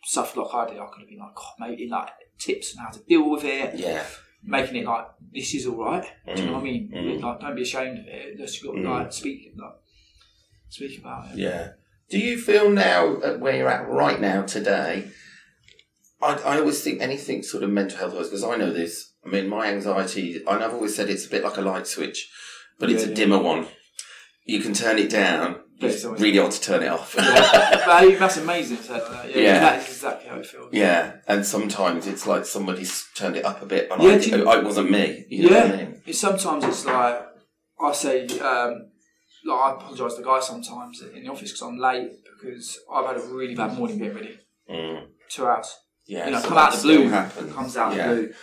S2: suffered like I did, I could have been like, oh, maybe like tips on how to deal with it
S3: Yeah.
S2: making it like this is all right. Do you know what I mean?
S3: Mm.
S2: Like, don't be ashamed of it. Just got to
S3: Mm.
S2: like speak, like speak about it. (laughs)
S3: Yeah. Do you feel now at where you're at right now today? I, I always think anything sort of mental health wise because I know this. I mean, my anxiety, and I've always said it's a bit like a light switch, but it's
S2: Yeah,
S3: a
S2: yeah.
S3: dimmer one. You can turn it down.
S2: Yeah,
S3: It's
S2: it's always-
S3: really hard to turn it off.
S2: but hey, that's amazing. So, uh, yeah,
S3: Yeah.
S2: that is exactly how it feels.
S3: (laughs) yeah, and sometimes it's like somebody's turned it up a bit, and
S2: Yeah,
S3: I,
S2: do you-
S3: oh, it wasn't me. You know
S2: Yeah.
S3: what I mean?
S2: It's, sometimes it's like I say, um, like I apologise to the guy sometimes in the office because I'm late because I've had a really bad morning getting ready.
S3: Mm.
S2: Two hours.
S3: Yeah,
S2: you know,
S3: so
S2: come out
S3: that
S2: of the blue.
S3: still happens.
S2: Comes out
S3: yeah.
S2: of the blue.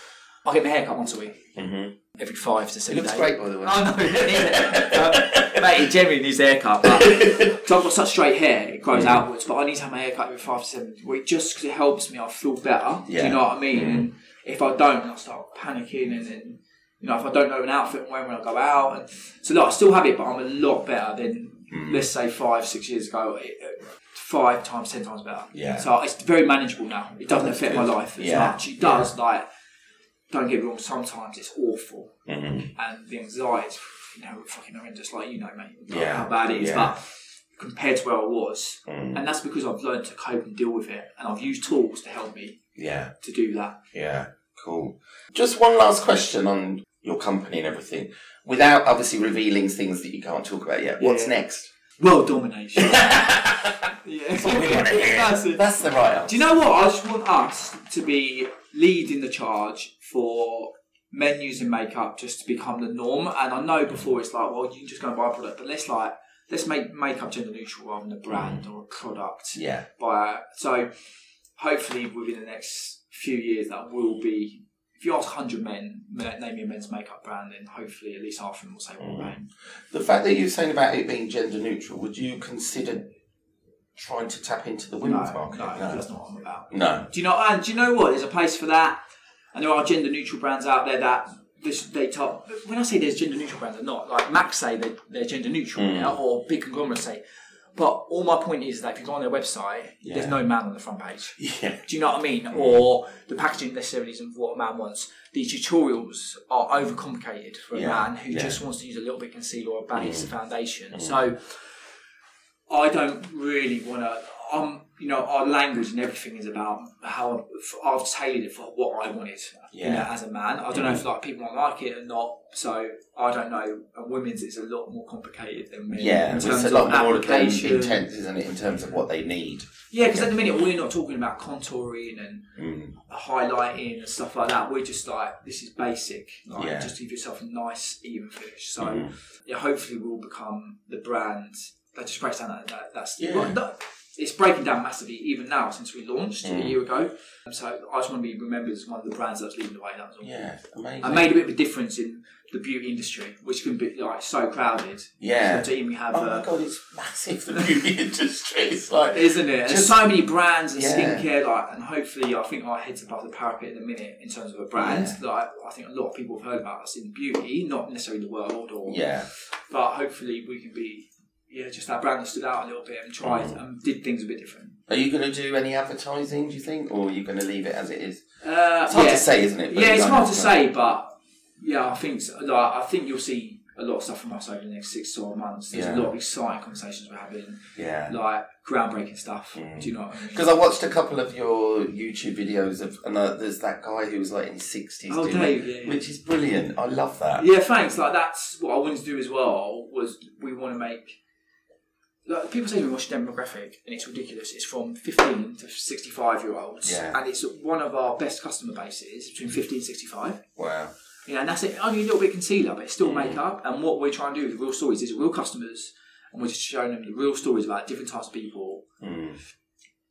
S2: I get my haircut once a week,
S3: Mhm.
S2: every five to six
S3: It looks
S2: days.
S3: great, by
S2: (laughs)
S3: the way.
S2: I know, (laughs) yeah. Mate, he genuinely needs a haircut. But, (laughs) so I've got such straight hair, it grows outwards, but I need to have my haircut every five to seven weeks just because it helps me. I feel better. Do
S3: Yeah. Mm-hmm.
S2: you know what I mean? And if I don't, I start panicking and then, you know, if I don't know an outfit I'm wearing when I go out. And, so look, I still have it, but I'm a lot better than,
S3: Mm-hmm.
S2: let's say, five, six years ago. It- Five times, ten times better.
S3: Yeah.
S2: So it's very manageable now. It doesn't
S3: That's
S2: affect my
S3: good.
S2: life as
S3: Yeah.
S2: much. It does, like, don't get me wrong, sometimes it's awful
S3: Mhm.
S2: and the anxiety is you know, fucking horrendous, like you know, mate, like
S3: Yeah,
S2: how bad it is.
S3: yeah.
S2: But compared to where I was,
S3: Mm.
S2: and that's because I've learned to cope and deal with it, and I've used tools to help me
S3: Yeah.
S2: to do that.
S3: Yeah, cool. Just one last question on your company and everything, without obviously revealing things that you can't talk about yet. What's
S2: Yeah.
S3: next? (laughs)
S2: World domination. yeah, That's it.
S3: That's the right
S2: Do
S3: answer.
S2: you know what? I just want us to be leading the charge for men using makeup just to become the norm. And I know before it's like, well, you can just go and buy a product, but let's like let's make makeup gender neutral rather than a brand
S3: Mm.
S2: or a product.
S3: Yeah,
S2: by so hopefully within the next few years that will be if you ask 100 men ma- name your men's makeup brand then hopefully at least half of them will say one name
S3: the fact that you're saying about it being gender neutral, would you consider trying to tap into the women's
S2: no,
S3: market.
S2: no,
S3: No.
S2: that's not what I'm about.
S3: No. (laughs)
S2: Do you know? And do you know what? There's a place for that, and there are gender neutral brands out there that this, they top. When I say there's gender neutral brands, they're not like Max say they, they're gender neutral now, or big conglomerates say. But all my point is that if you go on their website, there's
S3: Yeah.
S2: no man on the front page.
S3: Yeah.
S2: Do you know what I
S3: Mm.
S2: mean? Or the packaging necessarily isn't what a man wants. These tutorials are overcomplicated for a
S3: Yeah,
S2: man who
S3: yeah. Mm.
S2: just wants to use a little bit of concealer or a base of foundation. So I don't really want to. Um, you know, our language and everything is about how I've tailored it for what I wanted. You know,
S3: Yeah. Mm.
S2: as a man, I don't know if like people might like it or not. So I don't know. And women's is a lot more complicated than men.
S3: Yeah,
S2: in
S3: it's
S2: terms
S3: a
S2: of
S3: lot more um,
S2: application.
S3: intense, isn't it, in terms of what they need?
S2: Yeah, because at the minute we're not talking about contouring and
S3: Mm.
S2: highlighting and stuff like that. We're just like, this is basic. Like,
S3: Yeah.
S2: Just give yourself a nice, even finish. So
S3: Mhm.
S2: yeah, hopefully we'll become the brand that just breaks down that. that that's
S3: Yeah.
S2: well, no, it's breaking down massively even now since we launched
S3: Mm.
S2: a year ago. Um, So I just want to be remembered as one of the brands that's leading the way. That was all.
S3: Yeah, amazing.
S2: I made a bit of a difference in the beauty industry, which can be like so crowded.
S3: Yeah.
S2: So to even have uh,
S3: Oh
S2: a,
S3: my god, it's massive. The beauty (laughs) industry, it's like
S2: isn't it? There's
S3: Just-
S2: so many brands and
S3: Yeah.
S2: skincare, like, and hopefully, I think our heads above the parapet in a minute in terms of a brand. Like, I think a lot of people have heard about us in beauty, not necessarily the world, or
S3: yeah,
S2: but hopefully we can be, yeah, just that brand that stood out a little bit and tried
S3: Mm.
S2: and did things a bit different.
S3: Are you going to do any advertising, do you think? Or are you going to leave it as it is?
S2: Uh,
S3: It's hard
S2: yeah.
S3: to say, isn't it? But
S2: Yeah, it's
S3: like-
S2: hard to say, but yeah, I think so. like, I think you'll see a lot of stuff from us over the next six or months. There's
S3: Yeah.
S2: a lot of exciting conversations we're having,
S3: Yeah. Mm.
S2: like groundbreaking stuff. Do you know? What I mean?
S3: Because I watched a couple of your YouTube videos of, and uh, there's that guy who was like in his 60s,
S2: Oh,
S3: doing
S2: Dave,
S3: it,
S2: yeah, yeah.
S3: which is brilliant. I love that.
S2: Yeah, thanks. Like that's what I wanted to do as well. Was we want to make like people say to me, "What's your demographic?" and it's ridiculous. It's from fifteen to sixty-five year olds,
S3: Yeah.
S2: and it's one of our best customer bases between fifteen and sixty-five.
S3: Wow.
S2: You know, and that's it. Only a little bit of concealer, but it's still
S3: Mm.
S2: makeup. And what we're trying to do with real stories is real customers, and we're just showing them the real stories about different types of people
S3: Mm.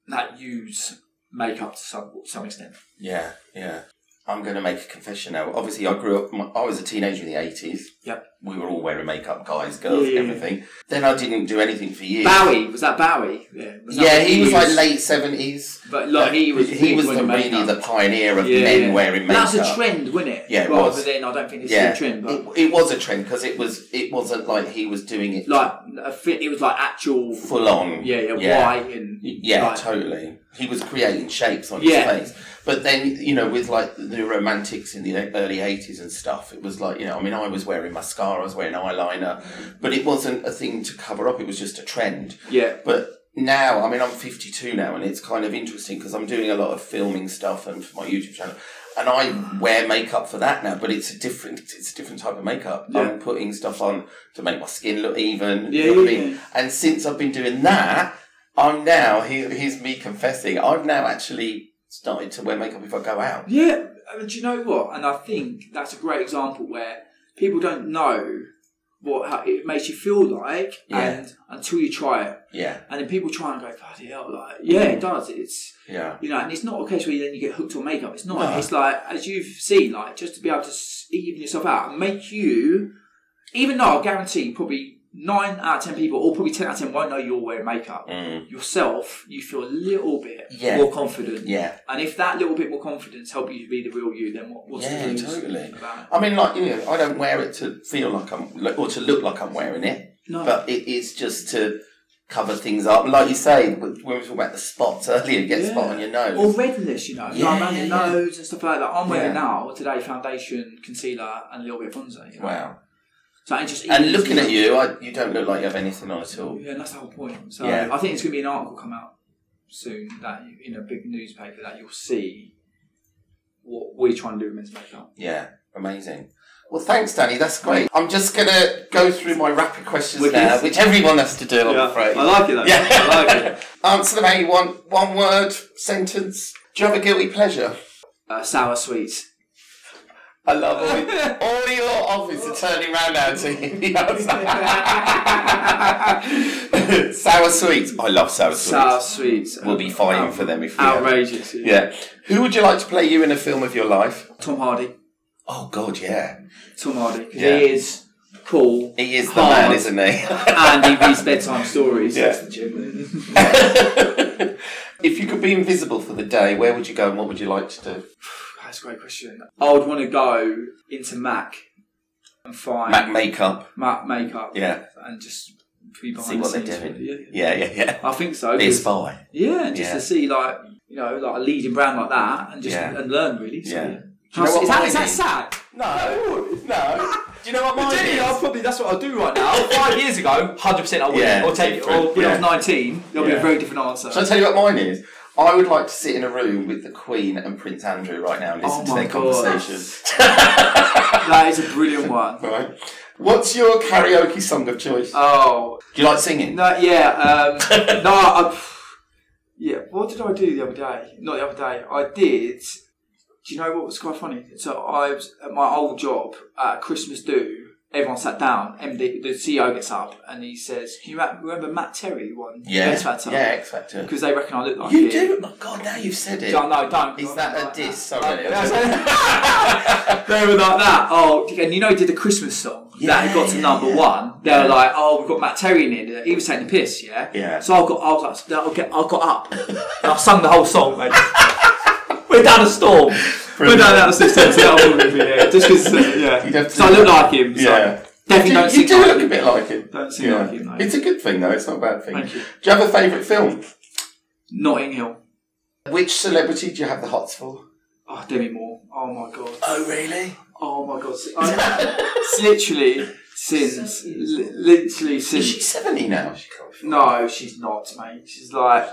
S2: that use makeup to some some extent.
S3: Yeah, yeah. I'm going to make a confession now. Obviously, I grew up, my, I was a teenager in the 80s.
S2: Yep.
S3: We were all wearing makeup, guys, girls,
S2: Yeah, yeah, yeah.
S3: everything. Then I didn't do anything for years.
S2: Bowie was that Bowie? Yeah, was that
S3: yeah,
S2: what
S3: he was like
S2: used?
S3: late 70s.
S2: But like he was,
S3: he was
S2: wearing
S3: the,
S2: makeup.
S3: really the pioneer of
S2: Yeah.
S3: men wearing makeup.
S2: That's a trend, wasn't it?
S3: Yeah, it
S2: Rather
S3: was.
S2: than I don't think it's
S3: Yeah,
S2: a trend, but
S3: it, it was a trend because it was it wasn't like he was doing it
S2: like a fit, it was like actual.
S3: full on.
S2: Yeah, yeah, white and
S3: Yeah,
S2: like,
S3: totally. He was creating shapes on
S2: Yeah.
S3: his face. But then, you know, with like the romantics in the e, early 80s and stuff, it was like, you know, I mean, I was wearing mascara, I was wearing eyeliner, but it wasn't a thing to cover up, it was just a trend.
S2: yeah,
S3: But now, I mean, I'm 52 now, and it's kind of interesting because I'm doing a lot of filming stuff and for my YouTube channel, and I wear makeup for that now. But it's a different, it's a different type of makeup.
S2: Yeah.
S3: I'm putting stuff on to make my skin look even.
S2: Yeah,
S3: you know what I
S2: yeah,
S3: mean?
S2: yeah.
S3: And since I've been doing that, I'm now here, here's me confessing. I've now actually started to wear makeup if I go out.
S2: yeah. I mean, do you know what? And I think that's a great example where people don't know what how it makes you feel like,
S3: Yeah.
S2: and until you try it,
S3: Yeah,
S2: and then people try and go, "Bloody hell!" Like, yeah,
S3: Mm.
S2: it does. It's
S3: yeah,
S2: you know, and it's not a case where then you get hooked on makeup. It's not.
S3: No.
S2: It's like as you've seen, like just to be able to s- even yourself out and make you, even though I guarantee probably nine out of ten people, or probably ten out of ten, won't know you're wearing makeup.
S3: Mm.
S2: Yourself, you feel a little bit
S3: Yeah.
S2: more confident.
S3: yeah.
S2: And if that little bit more confidence helps you to be the real you, then what, what's
S3: Yeah,
S2: the news
S3: totally.
S2: about it?
S3: I mean, like you know, I don't wear it to feel like I'm or to look like I'm wearing it.
S2: No.
S3: but it is just to cover things up. Like you say, when we talk about the spots earlier, you get a spot (laughs) on your nose.
S2: Or redness, you know,
S3: Yeah,
S2: like around
S3: yeah,
S2: your
S3: yeah.
S2: nose and stuff like that. I'm wearing
S3: Yeah.
S2: now today foundation, concealer, and a little bit of bronzer. You know?
S3: wow.
S2: So it just
S3: And
S2: evens
S3: looking
S2: me
S3: at
S2: out.
S3: you, I, you don't look like you have anything on at all.
S2: Yeah, and that's the whole point. So
S3: Yeah.
S2: I think it's going to be an article come out soon that you- in a big newspaper that you'll see what we're trying to do with men's makeup.
S3: Yeah, amazing. Well, thanks, Danny. That's great. I'm just gonna go through my rapid questions
S2: Which
S3: now,
S2: is-
S3: which everyone has to do. I'm afraid.
S2: I like it though.
S3: Yeah.
S2: I like it.
S3: Answer them how you want. One word, sentence. Do you have a guilty pleasure?
S2: (laughs) Uh, sour sweets.
S3: I love all, all your office are turning round now to you. (laughs) sour sweets. I love sour sweets.
S2: Sour sweets.
S3: We'll be fighting for them if we
S2: Outrageous. Yeah.
S3: Yeah. Who would you like to play you in a film of your life?
S2: Tom Hardy.
S3: Oh God, yeah.
S2: Tom Hardy. 'cause
S3: Yeah.
S2: He is cool,
S3: He is the
S2: hard,
S3: man, isn't he? (laughs)
S2: and he reads bedtime stories.
S3: Yeah.
S2: That's the gym. (laughs)
S3: (laughs) if you could be invisible for the day, where would you go and what would you like to do?
S2: That's a great question. I would want to go into Mac and find
S3: Mac makeup.
S2: Mac makeup.
S3: Yeah.
S2: And just be behind
S3: See
S2: the
S3: what they're
S2: scenes,
S3: doing.
S2: Yeah.
S3: Yeah, yeah, yeah.
S2: I think so.
S3: Be a
S2: because-
S3: spy.
S2: yeah, just
S3: Yeah.
S2: to see like you know like a leading brand like that and just
S3: Yeah.
S2: and learn really. So,
S3: Yeah.
S2: yeah.
S3: Do you
S2: How-
S3: know what
S2: is, that,
S3: mine
S2: is that
S3: is?
S2: sad?
S3: No, no. Do you know what
S2: But Jenny, I'll probably that's what I'll do right now. (laughs) Five years ago, hundred percent I would.
S3: Yeah,
S2: or take, or
S3: different,
S2: when I
S3: yeah.
S2: was nineteen, there'll be
S3: Yeah.
S2: a very different answer.
S3: Shall I tell you what mine is? I would like to sit in a room with the Queen and Prince Andrew right now and listen
S2: Oh
S3: to
S2: my
S3: their
S2: God.
S3: (laughs) conversation.
S2: that is a brilliant
S3: (laughs)
S2: one.
S3: right. What's your karaoke song of choice?
S2: Oh
S3: Do you like singing?
S2: no,
S3: (laughs)
S2: yeah, um, no, I, yeah. What did I do the other day? Not the other day. I did. Do you know what was quite funny? So I was at my old job at Christmas do. Everyone sat down. MD, the CEO gets up and he says, "Can you ma- remember Matt Terry who won
S3: Yeah.
S2: X Factor?
S3: Yeah, X Factor.
S2: Because they reckon I look like
S3: You
S2: it.
S3: do? Oh, God, now you've said it.
S2: No, Oh, no, don't.
S3: Is
S2: Not
S3: that a
S2: like
S3: diss?
S2: that.
S3: Sorry.
S2: (laughs) they were like that. Oh, and you know he did the Christmas song that
S3: Yeah,
S2: he got to
S3: yeah,
S2: number
S3: yeah.
S2: one. They were like, oh, we've got Matt Terry in here. He was taking the piss, yeah.
S3: Yeah.
S2: So I got, I was like, okay, I got up and I sung the whole song, mate. we're down a storm. We're down out of systems. Yeah, I would be, yeah. Just because,
S3: You'd have
S2: yeah.
S3: to
S2: So I
S3: do
S2: look
S3: that.
S2: like him. So
S3: Yeah.
S2: Definitely
S3: You,
S2: don't
S3: you
S2: sing
S3: do
S2: like
S3: look a
S2: him.
S3: bit like him.
S2: Don't sing like him, mate.
S3: It's a good thing, though. It's not a bad thing.
S2: Thank you.
S3: Do you have a favourite film?
S2: Notting Hill.
S3: Which celebrity do you have the hots for?
S2: Oh, Demi Moore. Oh my god.
S3: Oh, really?
S2: Oh my god! si- I- It's literally since, li- literally
S3: Is she
S2: since.
S3: 70 now?
S2: No, she's not, mate. She's like,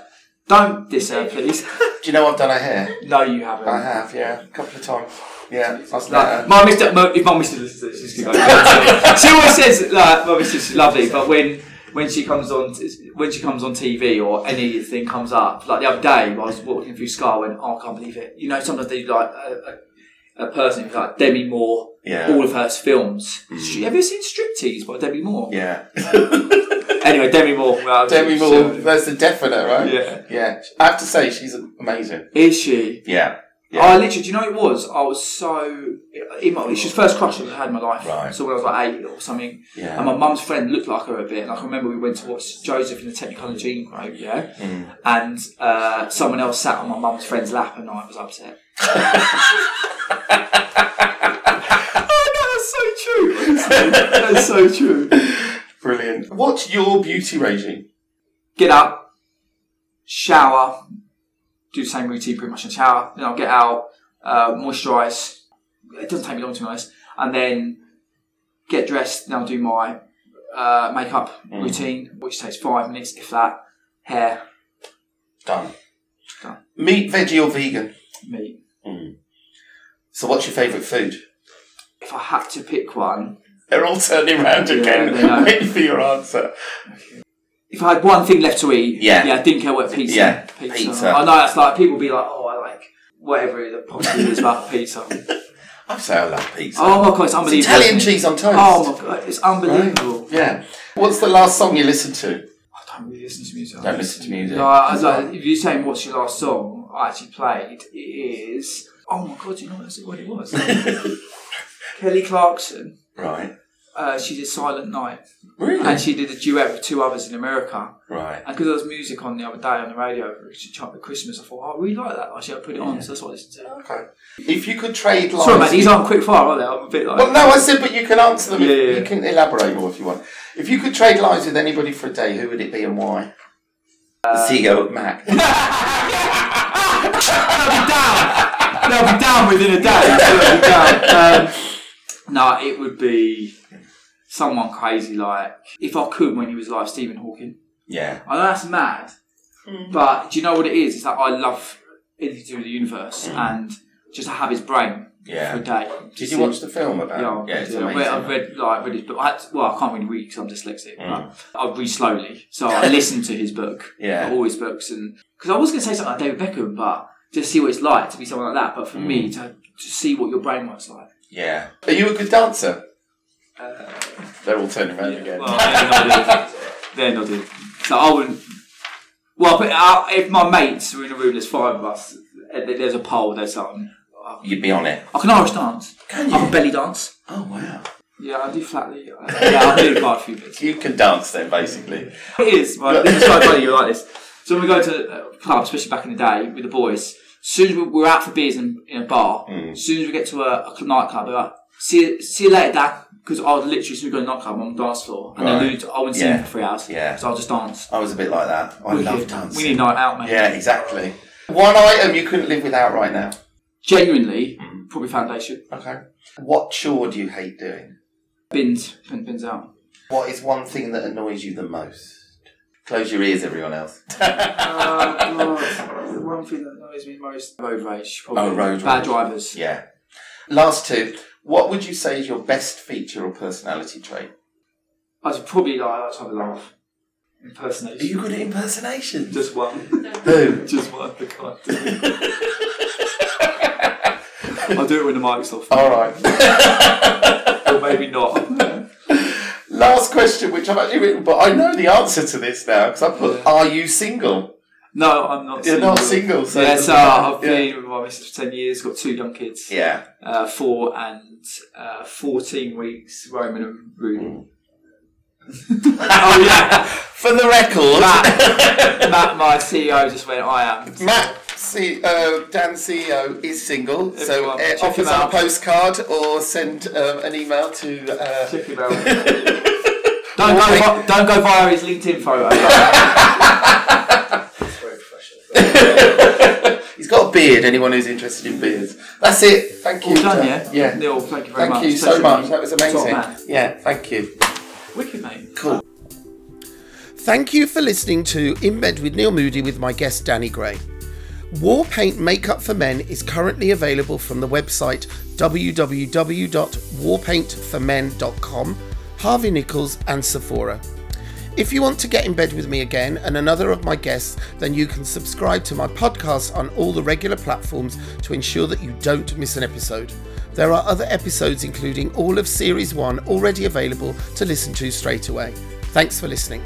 S2: don't diss her, please.
S3: Do you know I've done her hair?
S2: no, you haven't.
S3: I have, yeah. A couple of times. Yeah. I was
S2: Like,
S3: like,
S2: my mister, my, if my mister listens to this, she's gonna go. she always says like, my mistress she's lovely, but when when she comes on, when she comes on TV or anything comes up, like the other day, I was walking through Sky, I went, oh, I can't believe it. You know, sometimes they do like a, a, a person who's like Demi Moore,
S3: Yeah. Mm.
S2: all of her films. Stri- Have you seen Striptease by Demi Moore?
S3: (laughs) yeah.
S2: Anyway, Demi Moore. well,
S3: Demi
S2: she-
S3: Moore, that's a definite, right?
S2: Yeah.
S3: Yeah. I have to say, she's amazing.
S2: Is she?
S3: Yeah.
S2: I literally, do you know what it was? I was so. It, might- it's just first crush I've had in my life.
S3: Right.
S2: So when I was like eight or something,
S3: Yeah.
S2: and my mum's friend looked like her a bit. And I can remember we went to watch Joseph in the Technicolor Dreamcoat, yeah?
S3: Mm.
S2: And uh, someone else sat on my mum's friend's lap and I
S3: (laughs)
S2: was upset. (laughs) oh, no, that's so true. (laughs) That's so true.
S3: Brilliant. What's your beauty regime?
S2: get up, shower, do the same routine pretty much in the shower. Then I'll get out, uh, moisturise. It doesn't take me long to be honest. And then get dressed. Then I'll do my uh, makeup
S3: Mm.
S2: routine, which takes five minutes, if that. Hair,
S3: Done.
S2: Done.
S3: Meat, veggie, or vegan?
S2: meat.
S3: So, what's your favourite food?
S2: If I had to pick one,
S3: They're all turning round
S2: Yeah,
S3: again,
S2: they are.
S3: (laughs) waiting for your answer.
S2: if I had one thing left to eat,
S3: Yeah.
S2: yeah, I think I went pizza.
S3: Yeah,
S2: pizza.
S3: pizza.
S2: I know that's like people be like, oh, I like whatever the positive is about
S3: (laughs)
S2: pizza.
S3: I say I love pizza.
S2: Oh my god, it's unbelievable.
S3: It's Italian
S2: isn't it?
S3: cheese on toast.
S2: Oh my god, it's unbelievable.
S3: Yeah. What's the last song you listened to?
S2: I don't really listen to music.
S3: Don't listen to music.
S2: No, I, I was like, if you're saying what's your last song I actually played, it is. Oh my god, do you know that's what it was? Kelly Clarkson.
S3: Right.
S2: Uh, she did Silent Night,
S3: Really?
S2: and she did a duet with two others in America.
S3: Right.
S2: And because there was music on the other day on the radio, which chucked at Christmas, I thought, oh, I really like that. Actually, I put it on, so that's what I listened to.
S3: Okay. If you could trade lives.
S2: Sorry, mate, these aren't quick fire, are they? I'm a bit like.
S3: Well, no, I said, but you can answer them. if-
S2: Yeah, yeah, yeah.
S3: You can elaborate more if you want. If you could trade lives with anybody for a day, who would it be and why? Uh, Seagull
S2: (laughs)
S3: Mac.
S2: They'll be (laughs) down. They'll be down within a day. They'll be down. Um, no, it would be someone crazy like if I could when he was alive, Stephen Hawking.
S3: yeah.
S2: I know that's mad, but do you know what it is? It's that I love anything to do with the universe and just to have his brain
S3: Yeah.
S2: for a day.
S3: Did you watch the film about?
S2: Yeah,
S3: yeah it's
S2: yeah, I've
S3: amazing.
S2: read, I've read like read his book. I had to- well, I can't really read because I'm dyslexic. But I read slowly, so I listened to his book,
S3: Yeah.
S2: like all his books, and because I was going to say something like David Beckham, but just see what it's like to be someone like that. But for me, to to see what your brain works like.
S3: Yeah. Are you a good dancer?
S2: Uh,
S3: They're all turning around again.
S2: well, they're not doing. They're not doing. So I wouldn't. Well, but uh, if my mates were in a room, there's five of us, and there- there's a pole, there's something.
S3: You'd be on it.
S2: I can Irish dance. Can you? I can belly dance.
S3: Oh wow.
S2: Yeah, I do flatly. (laughs) Yeah, I do quite a few bits.
S3: You can dance then, basically.
S2: It is. Right? This is so funny. You're like this. So when we go to uh, clubs, especially back in the day with the boys, as soon as we- we're out for beers in, in a bar,
S3: Mm.
S2: as soon as we get to a, a nightclub, we're like, see, see you later, Dad. Because I would literally, as soon as we go to a nightclub, I'm on the dance floor. And
S3: Right.
S2: then Lou- I wouldn't sing
S3: Yeah.
S2: for three hours.
S3: Yeah.
S2: So I'll just dance.
S3: I was a bit like that. I love dancing.
S2: We need night out, mate.
S3: yeah, exactly. One item you couldn't live without right now.
S2: Genuinely,
S3: Mm-hmm.
S2: probably foundation.
S3: Okay. What chore do you hate doing?
S2: Bins, bin, bins out.
S3: What is one thing that annoys you the most? Close your ears, everyone else.
S2: Oh, the one thing that annoys me most road rage. Probably.
S3: Oh, road
S2: Bad
S3: rage.
S2: drivers.
S3: Yeah. Last two. What would you say is your best feature or personality trait?
S2: I'd probably like that type of laugh. Impersonation.
S3: good at impersonations?
S2: Just one.
S3: Who?
S2: Just one.
S3: (laughs)
S2: I can't do it. I'll do it when the mic's off.
S3: All right.
S2: Or maybe not.
S3: Last question, which I've actually written, but I know the answer to this now because I put, "Are you single?"
S2: No, I'm not
S3: You're
S2: single.
S3: not single, so it
S2: yeah,
S3: doesn't
S2: so I've
S3: matter.
S2: been with my missus for 10 years, got two young kids,
S3: Yeah.
S2: uh, four and uh, 14 weeks, roaming and Rudy.
S3: Mm.
S2: (laughs) oh, yeah.
S3: For the record,
S2: Matt, Matt, my CEO, just went, I am.
S3: Matt, C- uh, Dan CEO, is single, so
S2: Everyone,
S3: uh,
S2: check
S3: offer
S2: him
S3: us
S2: out.
S3: a postcard or send um, an email to. Uh,
S2: Check
S3: (laughs)
S2: him out. Don't go, vi- don't go via his LinkedIn photo.
S3: he's got a beard. Anyone who's interested in beards. That's it. Thank you.
S2: All done,
S3: Dan.
S2: yeah?
S3: Yeah.
S2: Neil, thank you very
S3: Thank
S2: much.
S3: you so
S2: Pleasure,
S3: much.
S2: mate.
S3: That was
S2: Top
S3: amazing.
S2: man.
S3: Yeah. Thank you.
S2: Wicked, mate.
S3: Cool.
S1: Thank you for listening to In Bed with Neil Moody with my guest Danny Gray. War Paint Makeup for Men is currently available from the website www.warpaintformen.com, Harvey Nichols, and Sephora. If you want to get in bed with me again and another of my guests, then you can subscribe to my podcast on all the regular platforms to ensure that you don't miss an episode. There are other episodes, including all of Series 1, already available to listen to straight away. Thanks for listening.